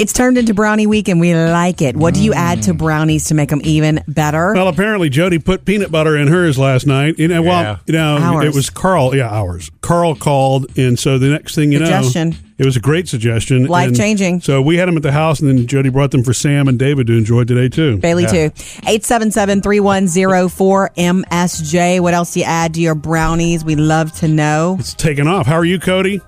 Speaker 2: It's turned into Brownie Week, and we like it. What do you add to brownies to make them even better?
Speaker 1: Well, apparently Jody put peanut butter in hers last night. And uh, well,
Speaker 2: Yeah.
Speaker 1: you know, it
Speaker 2: Ours.
Speaker 1: was Carl. Yeah, ours. Carl called, and so the next thing you
Speaker 2: Suggestion.
Speaker 1: know, it was a great suggestion, and
Speaker 2: Life-changing.
Speaker 1: So we had them at the house, and then Jody brought them for Sam and David to enjoy today too.
Speaker 2: Bailey too.
Speaker 1: Yeah.
Speaker 2: 877-3104-MSJ. What else do you add to your brownies? We love to know.
Speaker 1: It's taking off. How are you, Cody?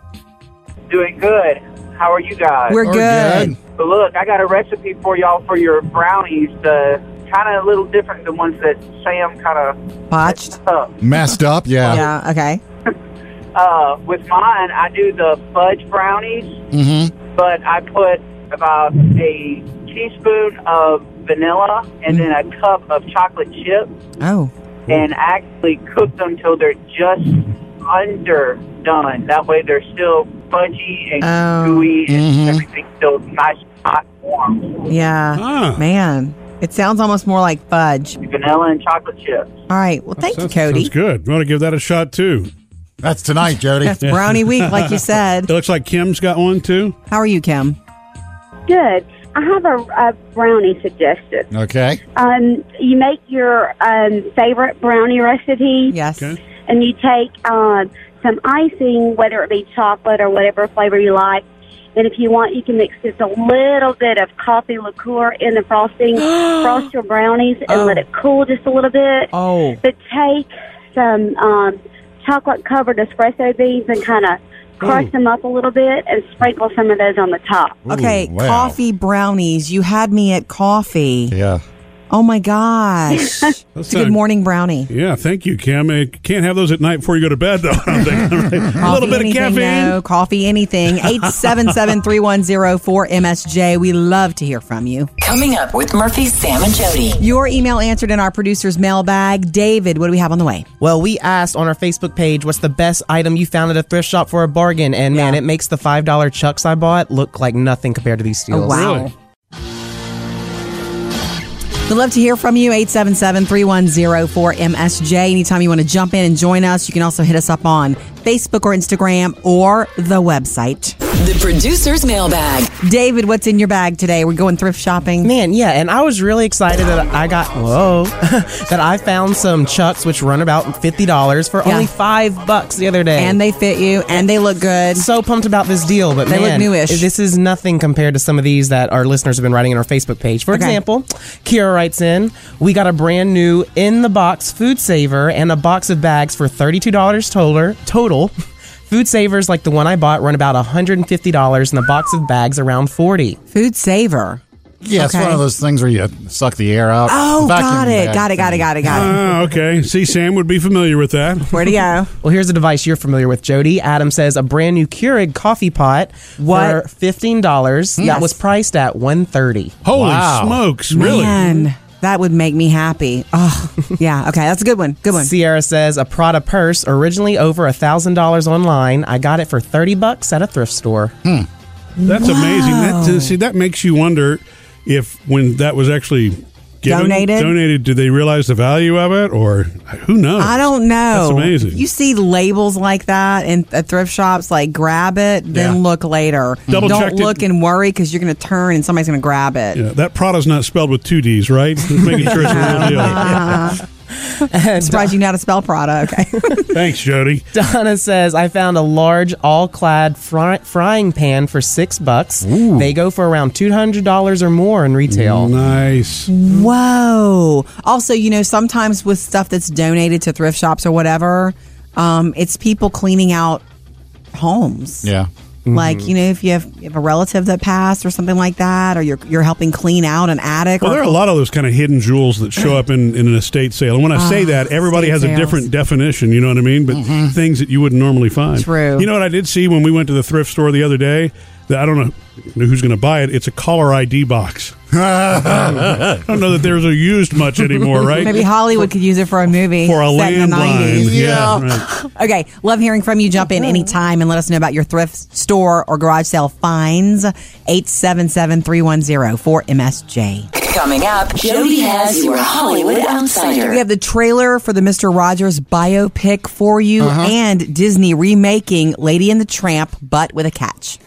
Speaker 13: Doing good. How are you guys?
Speaker 2: We're We're good.
Speaker 13: But look, I got a recipe for y'all for your brownies. Uh, kind of a little different than ones that Sam uh, kind of
Speaker 2: botched
Speaker 13: up.
Speaker 3: Messed up, yeah.
Speaker 2: Yeah, okay.
Speaker 13: Uh, with mine, I do the fudge brownies,
Speaker 3: Mm-hmm.
Speaker 13: but I put about a teaspoon of vanilla and then a cup of chocolate chip,
Speaker 2: Oh.
Speaker 13: and actually cook them till they're just under done. That way, they're still fudgy and
Speaker 14: Oh.
Speaker 13: gooey and everything's still nice, hot, warm.
Speaker 2: Yeah. Man. It sounds almost more like fudge.
Speaker 13: Vanilla and chocolate chips.
Speaker 2: All right. Well, thank you,
Speaker 1: Sounds-
Speaker 2: Cody.
Speaker 1: Sounds good. We want to give that a shot too.
Speaker 3: That's tonight, Jody.
Speaker 2: That's brownie week, like you said.
Speaker 1: It looks like Kim's got one too.
Speaker 2: How are you, Kim?
Speaker 14: Good. I have a, a brownie suggestion.
Speaker 3: Okay.
Speaker 14: Um, you make your um, favorite brownie recipe.
Speaker 2: Yes.
Speaker 14: And you take um, some icing, whether it be chocolate or whatever flavor you like. And if you want, you can mix just a little bit of coffee liqueur in the frosting. frost your brownies and let it cool just a little bit.
Speaker 2: Oh.
Speaker 14: But take some um, chocolate covered espresso beans and kind of crush
Speaker 2: Ooh.
Speaker 14: them up a little bit and sprinkle some of those on the top.
Speaker 2: Okay, coffee brownies. You had me at coffee.
Speaker 3: Yeah.
Speaker 2: Oh my gosh. it's a good
Speaker 1: sound-
Speaker 2: morning brownie.
Speaker 1: Yeah, thank you, Kim. I can't have those at night before you go to bed, though. I don't think. a little
Speaker 2: Coffee,
Speaker 1: bit of
Speaker 2: anything,
Speaker 1: caffeine.
Speaker 2: No, coffee, anything. 877-3104-MSJ. We love to hear from you.
Speaker 5: Coming up with Murphy, Sam, and Jody.
Speaker 2: Your email answered in our producer's mailbag. David, what do we have on the way?
Speaker 4: Well, we asked on our Facebook page what's the best item you found at a thrift shop for a bargain, and man, it makes the five dollar chucks I bought look like nothing compared to these steals.
Speaker 2: wow. Really? We'd love to hear from you. 877-3104-MSJ. Anytime you want to jump in and join us, you can also hit us up on Facebook or Instagram or the website.
Speaker 5: The producer's mailbag.
Speaker 2: David, what's in your bag today? We're going thrift shopping.
Speaker 4: Man, yeah, and I was really excited that I got whoa that I found some chucks which run about fifty dollars for only five bucks the other day, and
Speaker 2: they fit you and they look good.
Speaker 4: So pumped about this deal, but
Speaker 2: They look
Speaker 4: man,
Speaker 2: newish.
Speaker 4: This is nothing compared to some of these that our listeners have been writing on our Facebook page. For
Speaker 2: Okay.
Speaker 4: example, Kira writes in, we got a brand new in the box food saver and a box of bags for thirty two dollars total. Total. Food savers like the one I bought run about $150 and a box of bags around 40.
Speaker 2: Food saver.
Speaker 3: Yeah, it's one of those things where you suck the air out.
Speaker 2: Oh,
Speaker 3: Vacuum
Speaker 2: got it,
Speaker 3: bag
Speaker 2: got it, got it,
Speaker 3: thing.
Speaker 2: got it, got it.
Speaker 1: Ah, okay. See, Sam would be familiar with that.
Speaker 2: Where'd he go?
Speaker 4: Well, here's a device you're familiar with, Jody. Adam says a brand new Keurig coffee pot
Speaker 2: What?
Speaker 4: for fifteen dollars.
Speaker 2: Yes.
Speaker 4: That was priced at one thirty.
Speaker 1: Holy smokes! Really?
Speaker 2: Man, that would make me happy. Oh, yeah. Okay, that's a good one. Good one.
Speaker 4: Sierra says a Prada purse, originally over a thousand dollars online. I got it for thirty bucks at a thrift store.
Speaker 1: That's amazing. That see, that makes you wonder if when that was actually given,
Speaker 2: Donated?
Speaker 1: donated, did they realize the value of it, or who knows?
Speaker 2: I don't know.
Speaker 1: That's amazing.
Speaker 2: You see labels like that in at thrift shops, like grab it, then
Speaker 1: Yeah.
Speaker 2: look later.
Speaker 1: Double checked
Speaker 2: Don't
Speaker 1: it.
Speaker 2: look and worry because you're going to turn and somebody's going to grab it.
Speaker 1: yeah, that Prada's not spelled with two D's, right? Just making sure it's a real deal.
Speaker 2: I'm surprised you know how to spell Prada. Okay.
Speaker 1: Thanks, Jody.
Speaker 4: Donna says I found a large all-clad fry- frying pan for six bucks. They go for around two hundred dollars or more in retail.
Speaker 1: Nice.
Speaker 2: Whoa. Also, you know, sometimes with stuff that's donated to thrift shops or whatever, um, it's people cleaning out homes.
Speaker 3: Yeah.
Speaker 2: Like
Speaker 1: Mm-hmm.
Speaker 2: you know, if you have, you have a relative that passed or something like that, or you're you're helping clean out an attic.
Speaker 1: Well,
Speaker 2: or,
Speaker 1: there are a lot of those kind of hidden jewels that show up in, in an estate sale. And when I say
Speaker 2: Ah,
Speaker 1: that, everybody
Speaker 2: estate
Speaker 1: has a
Speaker 2: sales. Mm-hmm.
Speaker 1: different definition, you know what I mean? But things that you wouldn't normally find.
Speaker 2: True.
Speaker 1: You know what I did see when we went to the thrift store the other day? That I don't know who's going to buy it. It's a caller ID box. I don't know that there's a used much anymore, right?
Speaker 2: Maybe Hollywood could use it for a movie
Speaker 1: For a
Speaker 2: set in the
Speaker 1: landline.
Speaker 2: 90s.
Speaker 1: Yeah,
Speaker 2: okay. Love hearing from you. Jump in anytime and let us know about your thrift store or garage sale finds. 877 310 4MSJ.
Speaker 5: Coming up, Jody has your Hollywood Outsider.
Speaker 2: We have the trailer for the Mr. Rogers biopic for you
Speaker 5: Uh-huh.
Speaker 2: and Disney remaking Lady and the Tramp, but with a catch.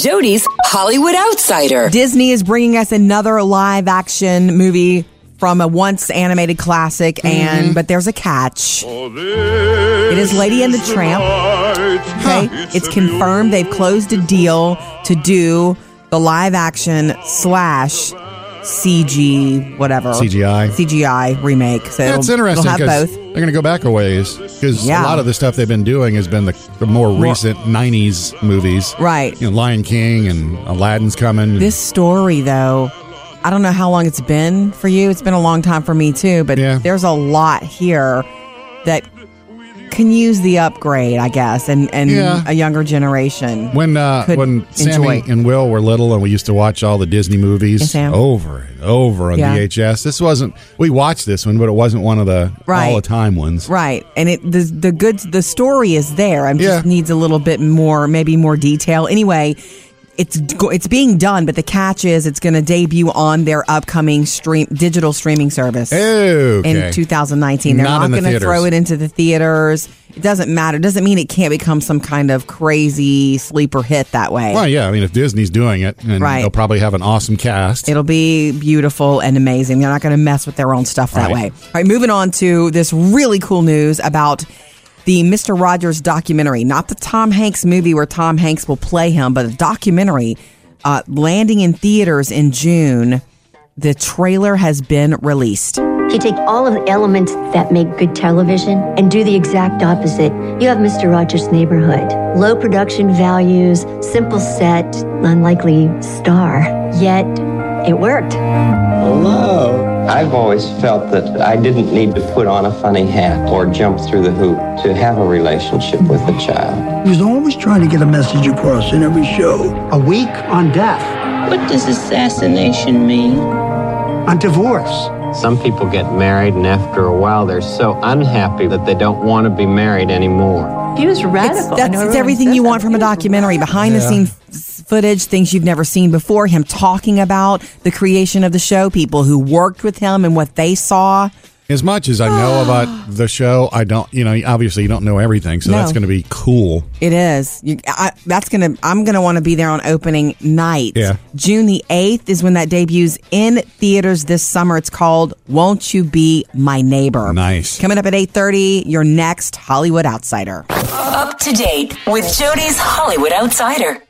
Speaker 5: Jody's Hollywood Outsider.
Speaker 2: Disney is bringing us another live action movie from a once animated classic, and but there's a catch. It is Lady and the Tramp. Okay, it's confirmed they've closed a deal to do the live action slash CG whatever
Speaker 3: CGI.
Speaker 2: CGI remake. So
Speaker 3: That's interesting
Speaker 2: We'll have
Speaker 3: 'cause
Speaker 2: both.
Speaker 3: they're going to go back a ways because
Speaker 2: Yeah.
Speaker 3: a lot of the stuff they've been doing has been the, the more recent '90s movies,
Speaker 2: right?
Speaker 3: You know, Lion King and Aladdin's coming.
Speaker 2: This story, though, I don't know how long it's been for you. It's been a long time for me, too, but there's a lot here that can use the upgrade, I guess, and, and
Speaker 3: Yeah.
Speaker 2: a younger generation.
Speaker 3: when uh,
Speaker 2: could
Speaker 3: when Sammy
Speaker 2: enjoy.
Speaker 3: and Will were little and we used to watch all the Disney movies
Speaker 2: Yes, ma'am.
Speaker 3: over and over on
Speaker 2: Yeah.
Speaker 3: VHS. This wasn't we watched this one, but it wasn't one of the
Speaker 2: Right.
Speaker 3: all the time ones.
Speaker 2: Right, and it the the good the story is there. I just needs a little bit more, maybe more detail. Anyway, it's go- it's being done, but the catch is it's going to debut on their upcoming stream digital streaming service
Speaker 3: Okay.
Speaker 2: in 2019. They're
Speaker 3: Not
Speaker 2: not,
Speaker 3: in the
Speaker 2: going to throw
Speaker 3: theaters.
Speaker 2: it into the theaters. It doesn't matter. It doesn't mean it can't become some kind of crazy sleeper hit that way.
Speaker 3: Well, yeah, I mean if Disney's doing it, and
Speaker 2: Right.
Speaker 3: they'll probably have an awesome cast.
Speaker 2: It'll be beautiful and amazing. They're not going to mess with their own stuff that
Speaker 3: Right.
Speaker 2: way. All right, moving on to this really cool news about the Mr. Rogers documentary, not the Tom Hanks movie where Tom Hanks will play him, but a documentary uh, landing in theaters in June. The trailer has been released.
Speaker 9: If you take all of the elements that make good television and do the exact opposite, you have Mr. Rogers' Neighborhood. Low production values, simple set, unlikely star. Yet, it worked.
Speaker 10: Hello. I've always felt that I didn't need to put on a funny hat or jump through the hoop to have a relationship with a child.
Speaker 11: He was always trying to get a message across in every show. A week on death.
Speaker 15: What does assassination mean?
Speaker 11: On divorce.
Speaker 10: Some people get married, and after a while, they're so unhappy that they don't want to be married anymore.
Speaker 12: He was radical.
Speaker 2: It's,
Speaker 12: I
Speaker 2: that's
Speaker 12: know
Speaker 2: it's
Speaker 12: everyone
Speaker 2: everything you want from a documentary behind the
Speaker 12: Yeah.
Speaker 2: scenes f- footage, things you've never seen before, him talking about the creation of the show, people who worked with him and what they saw.
Speaker 3: As much as I know about the show, I don't. You know, obviously you don't know everything, so
Speaker 2: No.
Speaker 3: that's going to be cool.
Speaker 2: It is. You, I, that's gonna. I'm gonna want to be there on opening night.
Speaker 3: Yeah.
Speaker 2: June the eighth is when that debuts in theaters this summer. It's called "Won't You Be My Neighbor."
Speaker 3: Nice.
Speaker 2: Coming up at eight thirty. Your next Hollywood outsider.
Speaker 5: Up to date with Jody's Hollywood Outsider.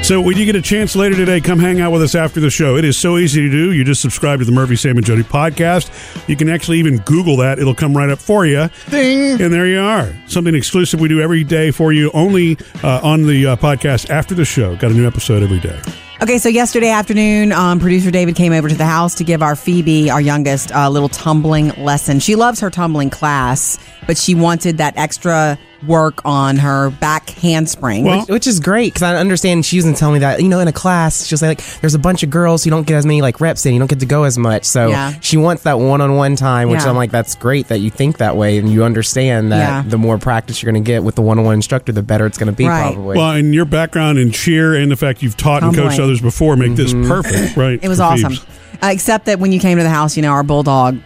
Speaker 1: So when you get a chance later today, come hang out with us after the show. It is so easy to do. You just subscribe to the Murphy, Sam, and Jody podcast. You can actually even Google that. It'll come right up for you. Ding! And there you are. Something exclusive we do every day for you, only uh, on the uh, podcast after the show. Got a new episode every day.
Speaker 2: Okay, so yesterday afternoon, um, producer David came over to the house to give our Phoebe, our youngest, a little tumbling lesson. She loves her tumbling class, but she wanted that extra work on her back handspring.
Speaker 4: which, which is great because I understand she wasn't telling me that. You know, in a class, she'll say like, "There's a bunch of girls who don't get as many like reps in. You don't get to go as much." So
Speaker 2: Yeah.
Speaker 4: she wants that one-on-one time, which
Speaker 2: Yeah.
Speaker 4: I'm like, "That's great that you think that way and you understand
Speaker 2: Yeah.
Speaker 4: that the more practice you're going to get with the one-on-one instructor, the better it's going to be, probably."
Speaker 1: Well, and your background in cheer and the fact you've taught and coached
Speaker 2: Tumbling.
Speaker 1: others before make this perfect, right?
Speaker 2: Mm-hmm. It was
Speaker 1: for
Speaker 2: awesome.
Speaker 1: Phoebes.
Speaker 2: Uh, except that when you came to the house, you know, our bulldog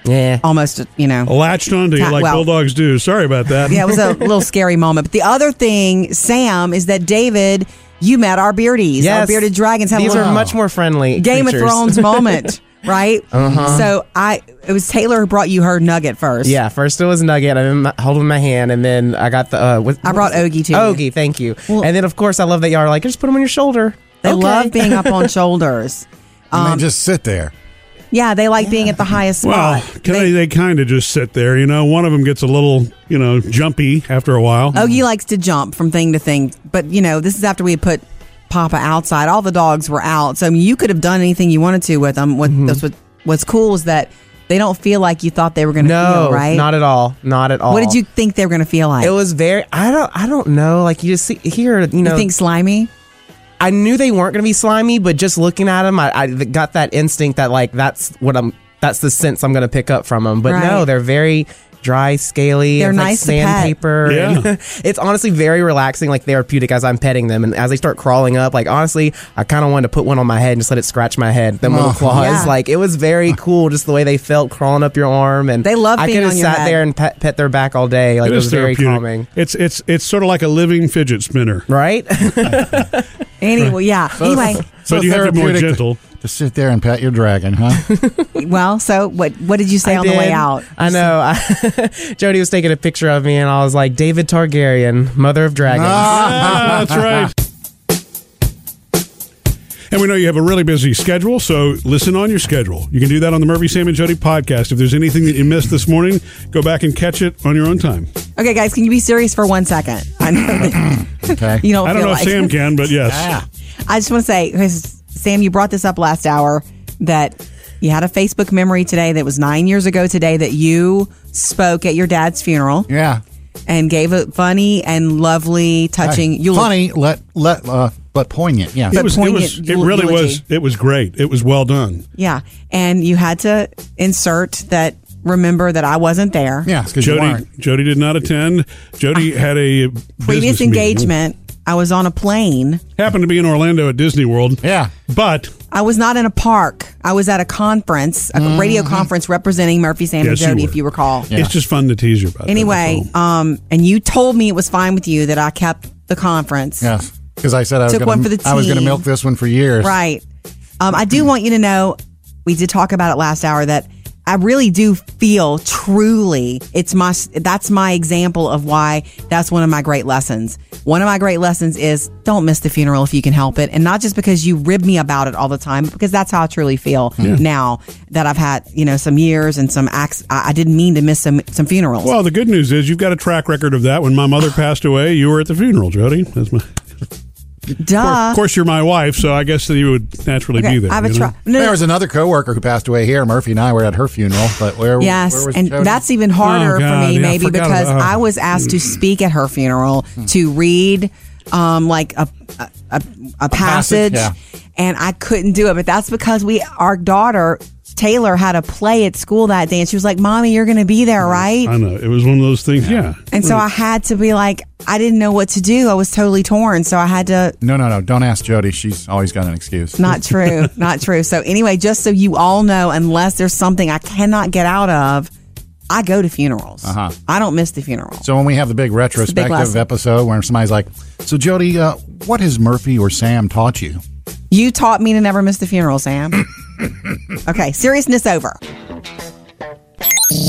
Speaker 2: almost, you know.
Speaker 4: Oh.
Speaker 1: Latched onto you
Speaker 2: Ta-
Speaker 1: like
Speaker 2: well-
Speaker 1: bulldogs do. Sorry about that.
Speaker 2: Yeah, it was a little scary moment. But the other thing, Sam, is that David, you met our beardies. Our
Speaker 4: Yes.
Speaker 2: bearded dragons had a
Speaker 4: These
Speaker 2: little
Speaker 4: are much more friendly.
Speaker 2: Game
Speaker 4: creatures.
Speaker 2: of Thrones moment, right?
Speaker 4: Uh-huh.
Speaker 2: So I it was Taylor who brought you her nugget first.
Speaker 4: Yeah, first it was Nugget. I am holding my hand, and then I got the. Uh, what, I
Speaker 2: brought Ogie to you.
Speaker 4: Ogie, thank you. and then of course I love that y'all are like, just put them on your shoulder.
Speaker 2: They
Speaker 4: Okay.
Speaker 2: love being up on shoulders.
Speaker 3: And they just sit there.
Speaker 2: Yeah, they like being at the highest
Speaker 1: Well,
Speaker 2: spot.
Speaker 1: can they, they kind of just sit there. You know, one of them gets a little, you know, jumpy after a while.
Speaker 2: Ogie Oh, likes to jump from thing to thing, but you know, this is after we had put Papa outside. All the dogs were out, so I mean, you could have done anything you wanted to with them. What
Speaker 4: Mm-hmm.
Speaker 2: that's what what's cool is that they don't feel like you thought they were going to
Speaker 4: No,
Speaker 2: feel right.
Speaker 4: not at all. Not at all.
Speaker 2: What did you think they were going to feel like?
Speaker 4: It was very. I don't. I don't know. Like you just see here. You know.
Speaker 2: think slimy?
Speaker 4: I knew they weren't going to be slimy, but just looking at them, I, I got that instinct that like that's what I'm. That's the sense I'm going to pick up from them. But
Speaker 2: Right.
Speaker 4: no, they're very dry, scaly.
Speaker 2: They're
Speaker 4: it's like
Speaker 2: nice to pet.
Speaker 4: sandpaper. and-
Speaker 2: Yeah.
Speaker 4: it's honestly very relaxing, like therapeutic as I'm petting them, and as they start crawling up. Like honestly, I kind of wanted to put one on my head and just let it scratch my head. Them little
Speaker 2: Oh.
Speaker 4: claws,
Speaker 2: Yeah.
Speaker 4: like it was very cool, just the way they felt crawling up your arm, and they love. I
Speaker 2: being
Speaker 4: could have
Speaker 2: on your
Speaker 4: sat
Speaker 2: head.
Speaker 4: there and pet, pet their back all day. Like it, was very
Speaker 1: therapeutic.
Speaker 4: calming.
Speaker 1: It's it's it's sort of like a living fidget spinner,
Speaker 4: right?
Speaker 2: Anyway, yeah. anyway,
Speaker 3: so
Speaker 1: But you have to be more
Speaker 3: therapeutic
Speaker 1: gentle.
Speaker 3: To sit there and pat your dragon, huh?
Speaker 2: well, so what? What did you say
Speaker 4: I
Speaker 2: on the way
Speaker 4: did.
Speaker 2: out?
Speaker 4: I know. I, Jody was taking a picture of me, and I was like, David Targaryen, mother of dragons.
Speaker 1: Ah, that's right. And we know you have a really busy schedule, so listen on your schedule. You can do that on the Murphy, Sam, and Jody podcast. If there's anything that you missed this morning, go back and catch it on your own time.
Speaker 2: Okay, guys, can you be serious for one second? I know that
Speaker 3: Okay.
Speaker 2: you don't.
Speaker 1: I don't
Speaker 2: feel
Speaker 1: know
Speaker 2: like. Ah.
Speaker 1: if Sam can, but yes.
Speaker 2: I just want to say, 'cause, Sam, you brought this up last hour that you had a Facebook memory today that was nine years ago today that you spoke at your dad's funeral.
Speaker 3: Yeah.
Speaker 2: And gave a funny and lovely, touching.
Speaker 3: Hey, funny, let let uh, but poignant. Yeah,
Speaker 1: It was. It was. It really was. It was great. It was well done.
Speaker 2: Yeah. And you had to insert that, remember that I wasn't there.
Speaker 3: Yeah.
Speaker 1: Jody. Jody did not attend. Jody had a
Speaker 2: Ah. Previous
Speaker 1: business meeting.
Speaker 2: engagement, I was on a plane.
Speaker 1: Happened to be in Orlando at Disney World.
Speaker 3: Yeah. But
Speaker 2: I was not in a park. I was at a conference, a
Speaker 3: Mm-hmm.
Speaker 2: radio conference representing Murphy, Sam,
Speaker 1: Yes, you
Speaker 2: and Jody,
Speaker 1: were.
Speaker 2: if you recall.
Speaker 1: it's just fun to tease you about. that.
Speaker 2: anyway, um, and you told me it was fine with you that I kept the conference.
Speaker 3: Yes, because I said I was
Speaker 2: Took
Speaker 3: gonna,
Speaker 2: one for the
Speaker 3: I was going to
Speaker 2: team.
Speaker 3: milk this one for years.
Speaker 2: Right. Um, I do want you to know, we did talk about it last hour that I really do feel truly it's my that's my example of why that's one of my great lessons. One of my great lessons is don't miss the funeral if you can help it, and not just because you rib me about it all the time, because that's how I truly feel
Speaker 1: Yeah.
Speaker 2: now that I've had you know some years and some acts. I, I didn't mean to miss some some funerals.
Speaker 1: Well, the good news is you've got a track record of that. When my mother passed away, you were at the funeral, Jody. That's my. Of course,
Speaker 2: Duh.
Speaker 1: of course you're my wife, so I guess that you would naturally
Speaker 2: Ah. Okay,
Speaker 1: be there.
Speaker 2: I have a
Speaker 1: you know?
Speaker 2: try- No,
Speaker 3: there
Speaker 2: no.
Speaker 3: was another coworker who passed away here. Murphy and I were at her funeral, but where? where
Speaker 2: Yes,
Speaker 3: was
Speaker 2: and
Speaker 3: Jody?
Speaker 2: that's even harder
Speaker 3: Oh, God,
Speaker 2: for me,
Speaker 3: yeah, I
Speaker 2: maybe
Speaker 3: forgot
Speaker 2: because
Speaker 3: about Mm. her.
Speaker 2: I was asked to speak at her funeral to read, um, like a a, a, a passage,
Speaker 3: passage, yeah.
Speaker 2: and I couldn't do it. But that's because we, our daughter Taylor, had a play at school that day, and she was like, "Mommy, you're going to be
Speaker 3: Mm.
Speaker 2: there, right?"
Speaker 1: I know it was one of those things. Yeah.
Speaker 2: and so
Speaker 1: Right.
Speaker 2: I had to be like, I didn't know what to do. I was totally torn, so I had to
Speaker 3: No, no, no! Don't ask Jody. She's always got an excuse.
Speaker 2: Not true. not true. So anyway, just so you all know, unless there's something I cannot get out of, I go to funerals.
Speaker 3: Uh-huh.
Speaker 2: I don't miss the funeral.
Speaker 3: So when we have the big retrospective
Speaker 2: lesson.
Speaker 3: episode where somebody's like, "So Jody, uh, what has Murphy or Sam taught you?"
Speaker 2: You taught me to never miss the funeral, Sam. okay, seriousness over.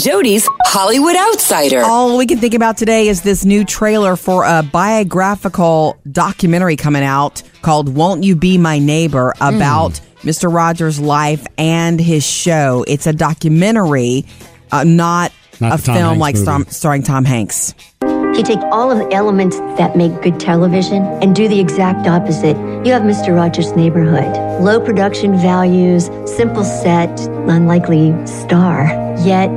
Speaker 5: Jody's Hollywood Outsider.
Speaker 2: All we can think about today is this new trailer for a biographical documentary coming out called Won't You Be My Neighbor about
Speaker 9: Mm.
Speaker 2: Mr. Rogers' life and his show. It's a documentary, uh, not,
Speaker 9: Not
Speaker 2: a
Speaker 9: the Tom
Speaker 2: film
Speaker 9: Hanks
Speaker 2: like
Speaker 9: movie.
Speaker 2: star- starring Tom Hanks.
Speaker 9: You take all of the elements that make good television and do the exact opposite. You have Mr. Rogers' Neighborhood. Low production values, simple set, unlikely star. Yet,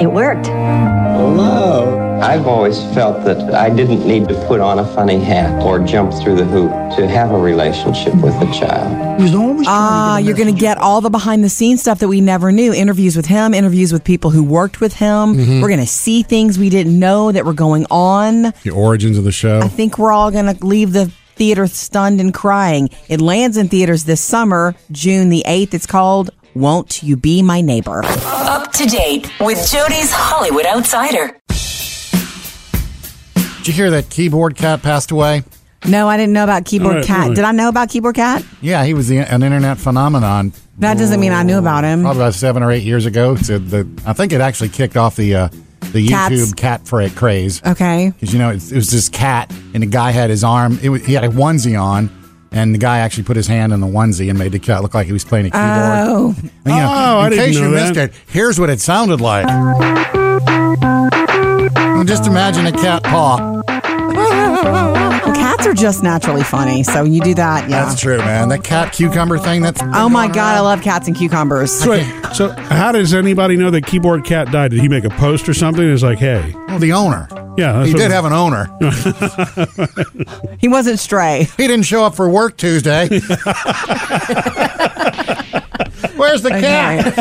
Speaker 9: it worked.
Speaker 10: Hello. I've always felt that I didn't need to put on a funny hat or jump through the hoop to have a relationship with a child.
Speaker 2: Ah, you're going to get all the behind the scenes stuff that we never knew. Interviews with him, interviews with people who worked with him.
Speaker 3: Mhm.
Speaker 9: Mm-hmm.
Speaker 2: We're going to see things we didn't know that were going on.
Speaker 3: The origins of the show.
Speaker 2: I think we're all going to leave the theater stunned and crying. It lands in theaters this summer, June the 8th. It's called Won't You Be My Neighbor?
Speaker 5: Up to date with Jody's Hollywood Outsider.
Speaker 3: Did you hear that keyboard cat passed away?
Speaker 2: No, I didn't know about Keyboard
Speaker 3: All right,
Speaker 2: Cat.
Speaker 3: all right.
Speaker 2: Did I know about Keyboard Cat?
Speaker 3: Yeah, he was the, an internet phenomenon.
Speaker 2: That doesn't mean I knew about him.
Speaker 3: Probably about seven or eight years ago. It's a, the, I think it actually kicked off the uh, the
Speaker 2: Cats. Uh.
Speaker 3: YouTube cat fra- craze.
Speaker 2: Okay.
Speaker 3: Because you know it, it was this cat, and the guy had his arm. It was, he had a onesie on, And the guy actually put his hand in the onesie and made the cut look like he was playing a keyboard.
Speaker 2: Oh.
Speaker 3: And, you know,
Speaker 1: Oh, I
Speaker 3: in
Speaker 1: didn't
Speaker 3: case
Speaker 1: know
Speaker 3: you
Speaker 1: that.
Speaker 3: missed it, here's what it sounded like. Well, Just imagine a cat paw.
Speaker 2: Well, cats are just naturally funny, so you do that. Yeah,
Speaker 3: That's true, man. That cat cucumber thing. That's
Speaker 2: oh my god, I love cats and cucumbers.
Speaker 1: So, wait, so how does anybody know that Keyboard Cat died? Did he make a post or something? It's like, hey,
Speaker 3: Well, the owner.
Speaker 1: yeah, that's
Speaker 3: He
Speaker 1: what-
Speaker 3: did have an owner.
Speaker 2: He wasn't stray.
Speaker 3: He didn't show up for work Tuesday. Where's the cat?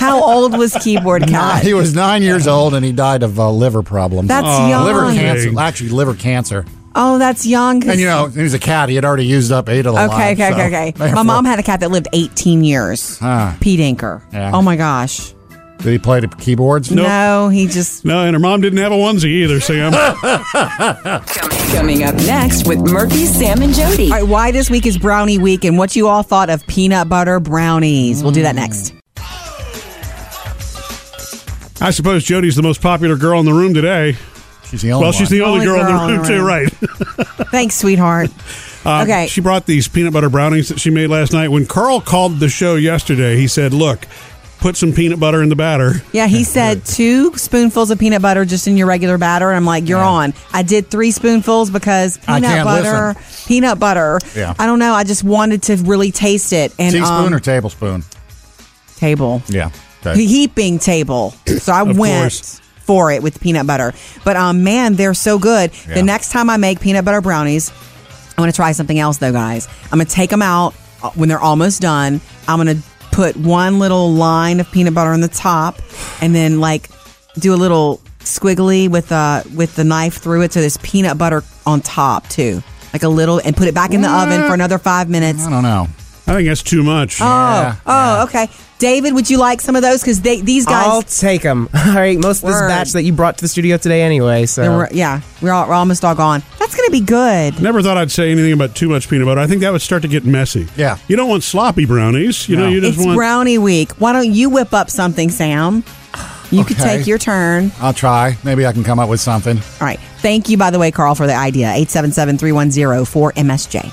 Speaker 2: How old was Keyboard Cat?
Speaker 3: He was nine years old and he died of uh, liver problems. Uh,
Speaker 2: That's Oh, young.
Speaker 3: Liver cancer.
Speaker 2: dang.
Speaker 3: Actually, liver cancer.
Speaker 2: Oh, that's young. 'cause-
Speaker 3: And you know, he was a cat. He had already used up eight of the
Speaker 2: okay,
Speaker 3: lives,
Speaker 2: okay,
Speaker 3: so
Speaker 2: okay, okay. My
Speaker 3: therefore-
Speaker 2: mom had a cat that lived 18 years.
Speaker 3: Huh.
Speaker 2: Pete Anker.
Speaker 3: Yeah.
Speaker 2: Oh my gosh.
Speaker 3: Did he play the keyboards?
Speaker 2: No, he just.
Speaker 1: No, and her mom didn't have a onesie either, Sam.
Speaker 5: Coming up next with Murphy, Sam, and Jody.
Speaker 2: All right, why this week is Brownie Week and what you all thought of peanut butter brownies. We'll do
Speaker 3: Mm.
Speaker 2: that next.
Speaker 1: I suppose Jody's the most popular girl in the room today.
Speaker 3: She's the
Speaker 1: well,
Speaker 3: only
Speaker 1: she's
Speaker 3: one.
Speaker 1: the only, girl, in the room, too, right?
Speaker 2: Thanks, sweetheart.
Speaker 1: Uh,
Speaker 2: Okay.
Speaker 1: She brought these peanut butter brownies that she made last night. When Carl called the show yesterday, he said, "Look, put some peanut butter in the batter."
Speaker 2: Yeah, he said two spoonfuls of peanut butter just in your regular batter. And I'm like, you're on. I did three spoonfuls because
Speaker 3: I
Speaker 2: peanut
Speaker 3: can't
Speaker 2: butter, peanut butter.
Speaker 3: Yeah.
Speaker 2: I don't know. I just wanted to really taste it. And
Speaker 3: Teaspoon
Speaker 2: um,
Speaker 3: or tablespoon?
Speaker 2: table.
Speaker 3: Yeah. Okay.
Speaker 2: heaping table. So I
Speaker 3: Of
Speaker 2: went
Speaker 3: course.
Speaker 2: for it with peanut butter. But um, man, they're so good.
Speaker 3: Yeah.
Speaker 2: The next time I make peanut butter brownies, I'm gonna try something else though, guys. I'm gonna take them out uh, when they're almost done. I'm gonna put one little line of peanut butter on the top, and then like do a little squiggly with uh with the knife through it so there's peanut butter on top too. Like a little, and put it back in the oven for another five minutes.
Speaker 3: I don't know.
Speaker 1: I think that's too much.
Speaker 2: Oh, oh, okay. David, would you like some of those? Because they these guys,
Speaker 4: I'll take them. All right, most of
Speaker 2: Word.
Speaker 4: this batch that you brought to the studio today, anyway.
Speaker 2: they
Speaker 4: So
Speaker 2: were- yeah, we're, all, we're almost all gone. That's gonna be good.
Speaker 1: Never thought I'd say anything about too much peanut butter. I think that would start to get messy.
Speaker 3: Yeah.
Speaker 1: You don't want sloppy brownies. You know,
Speaker 3: No.
Speaker 1: you just
Speaker 2: It's
Speaker 1: want.
Speaker 2: brownie week. Why don't you whip up something, Sam? You could
Speaker 3: Okay.
Speaker 2: take your turn.
Speaker 3: I'll try. Maybe I can come up with something.
Speaker 2: All right. Thank you, by the way, Carl, for the idea. 877-310-4MSJ.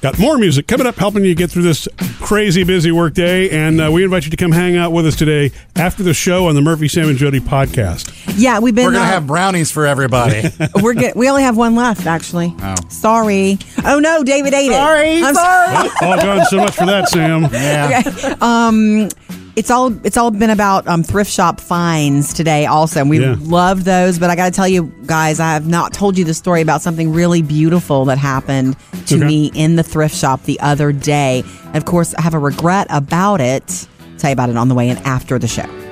Speaker 1: Got more music coming up, helping you get through this crazy busy work day. And uh, we invite you to come hang out with us today after the show on the Murphy, Sam, and Jody podcast.
Speaker 2: Yeah, we've been
Speaker 3: We're going
Speaker 2: uh,
Speaker 3: to have brownies for everybody.
Speaker 2: we're good. We only have one left, actually.
Speaker 3: Oh.
Speaker 2: Sorry. Oh no, David ate it.
Speaker 4: Sorry,
Speaker 2: I'm
Speaker 4: sorry.
Speaker 1: All gone Oh, so much for that, Sam.
Speaker 3: Yeah.
Speaker 2: Okay. Um, it's all it's all been about um, thrift shop finds today. Also, and we
Speaker 1: Yeah.
Speaker 2: love those. But I got to tell you guys, I have not told you the story about something really beautiful that happened to
Speaker 1: Okay.
Speaker 2: me in the thrift shop the other day. And of course, I have a regret about it. tell you about it on the way and after the show.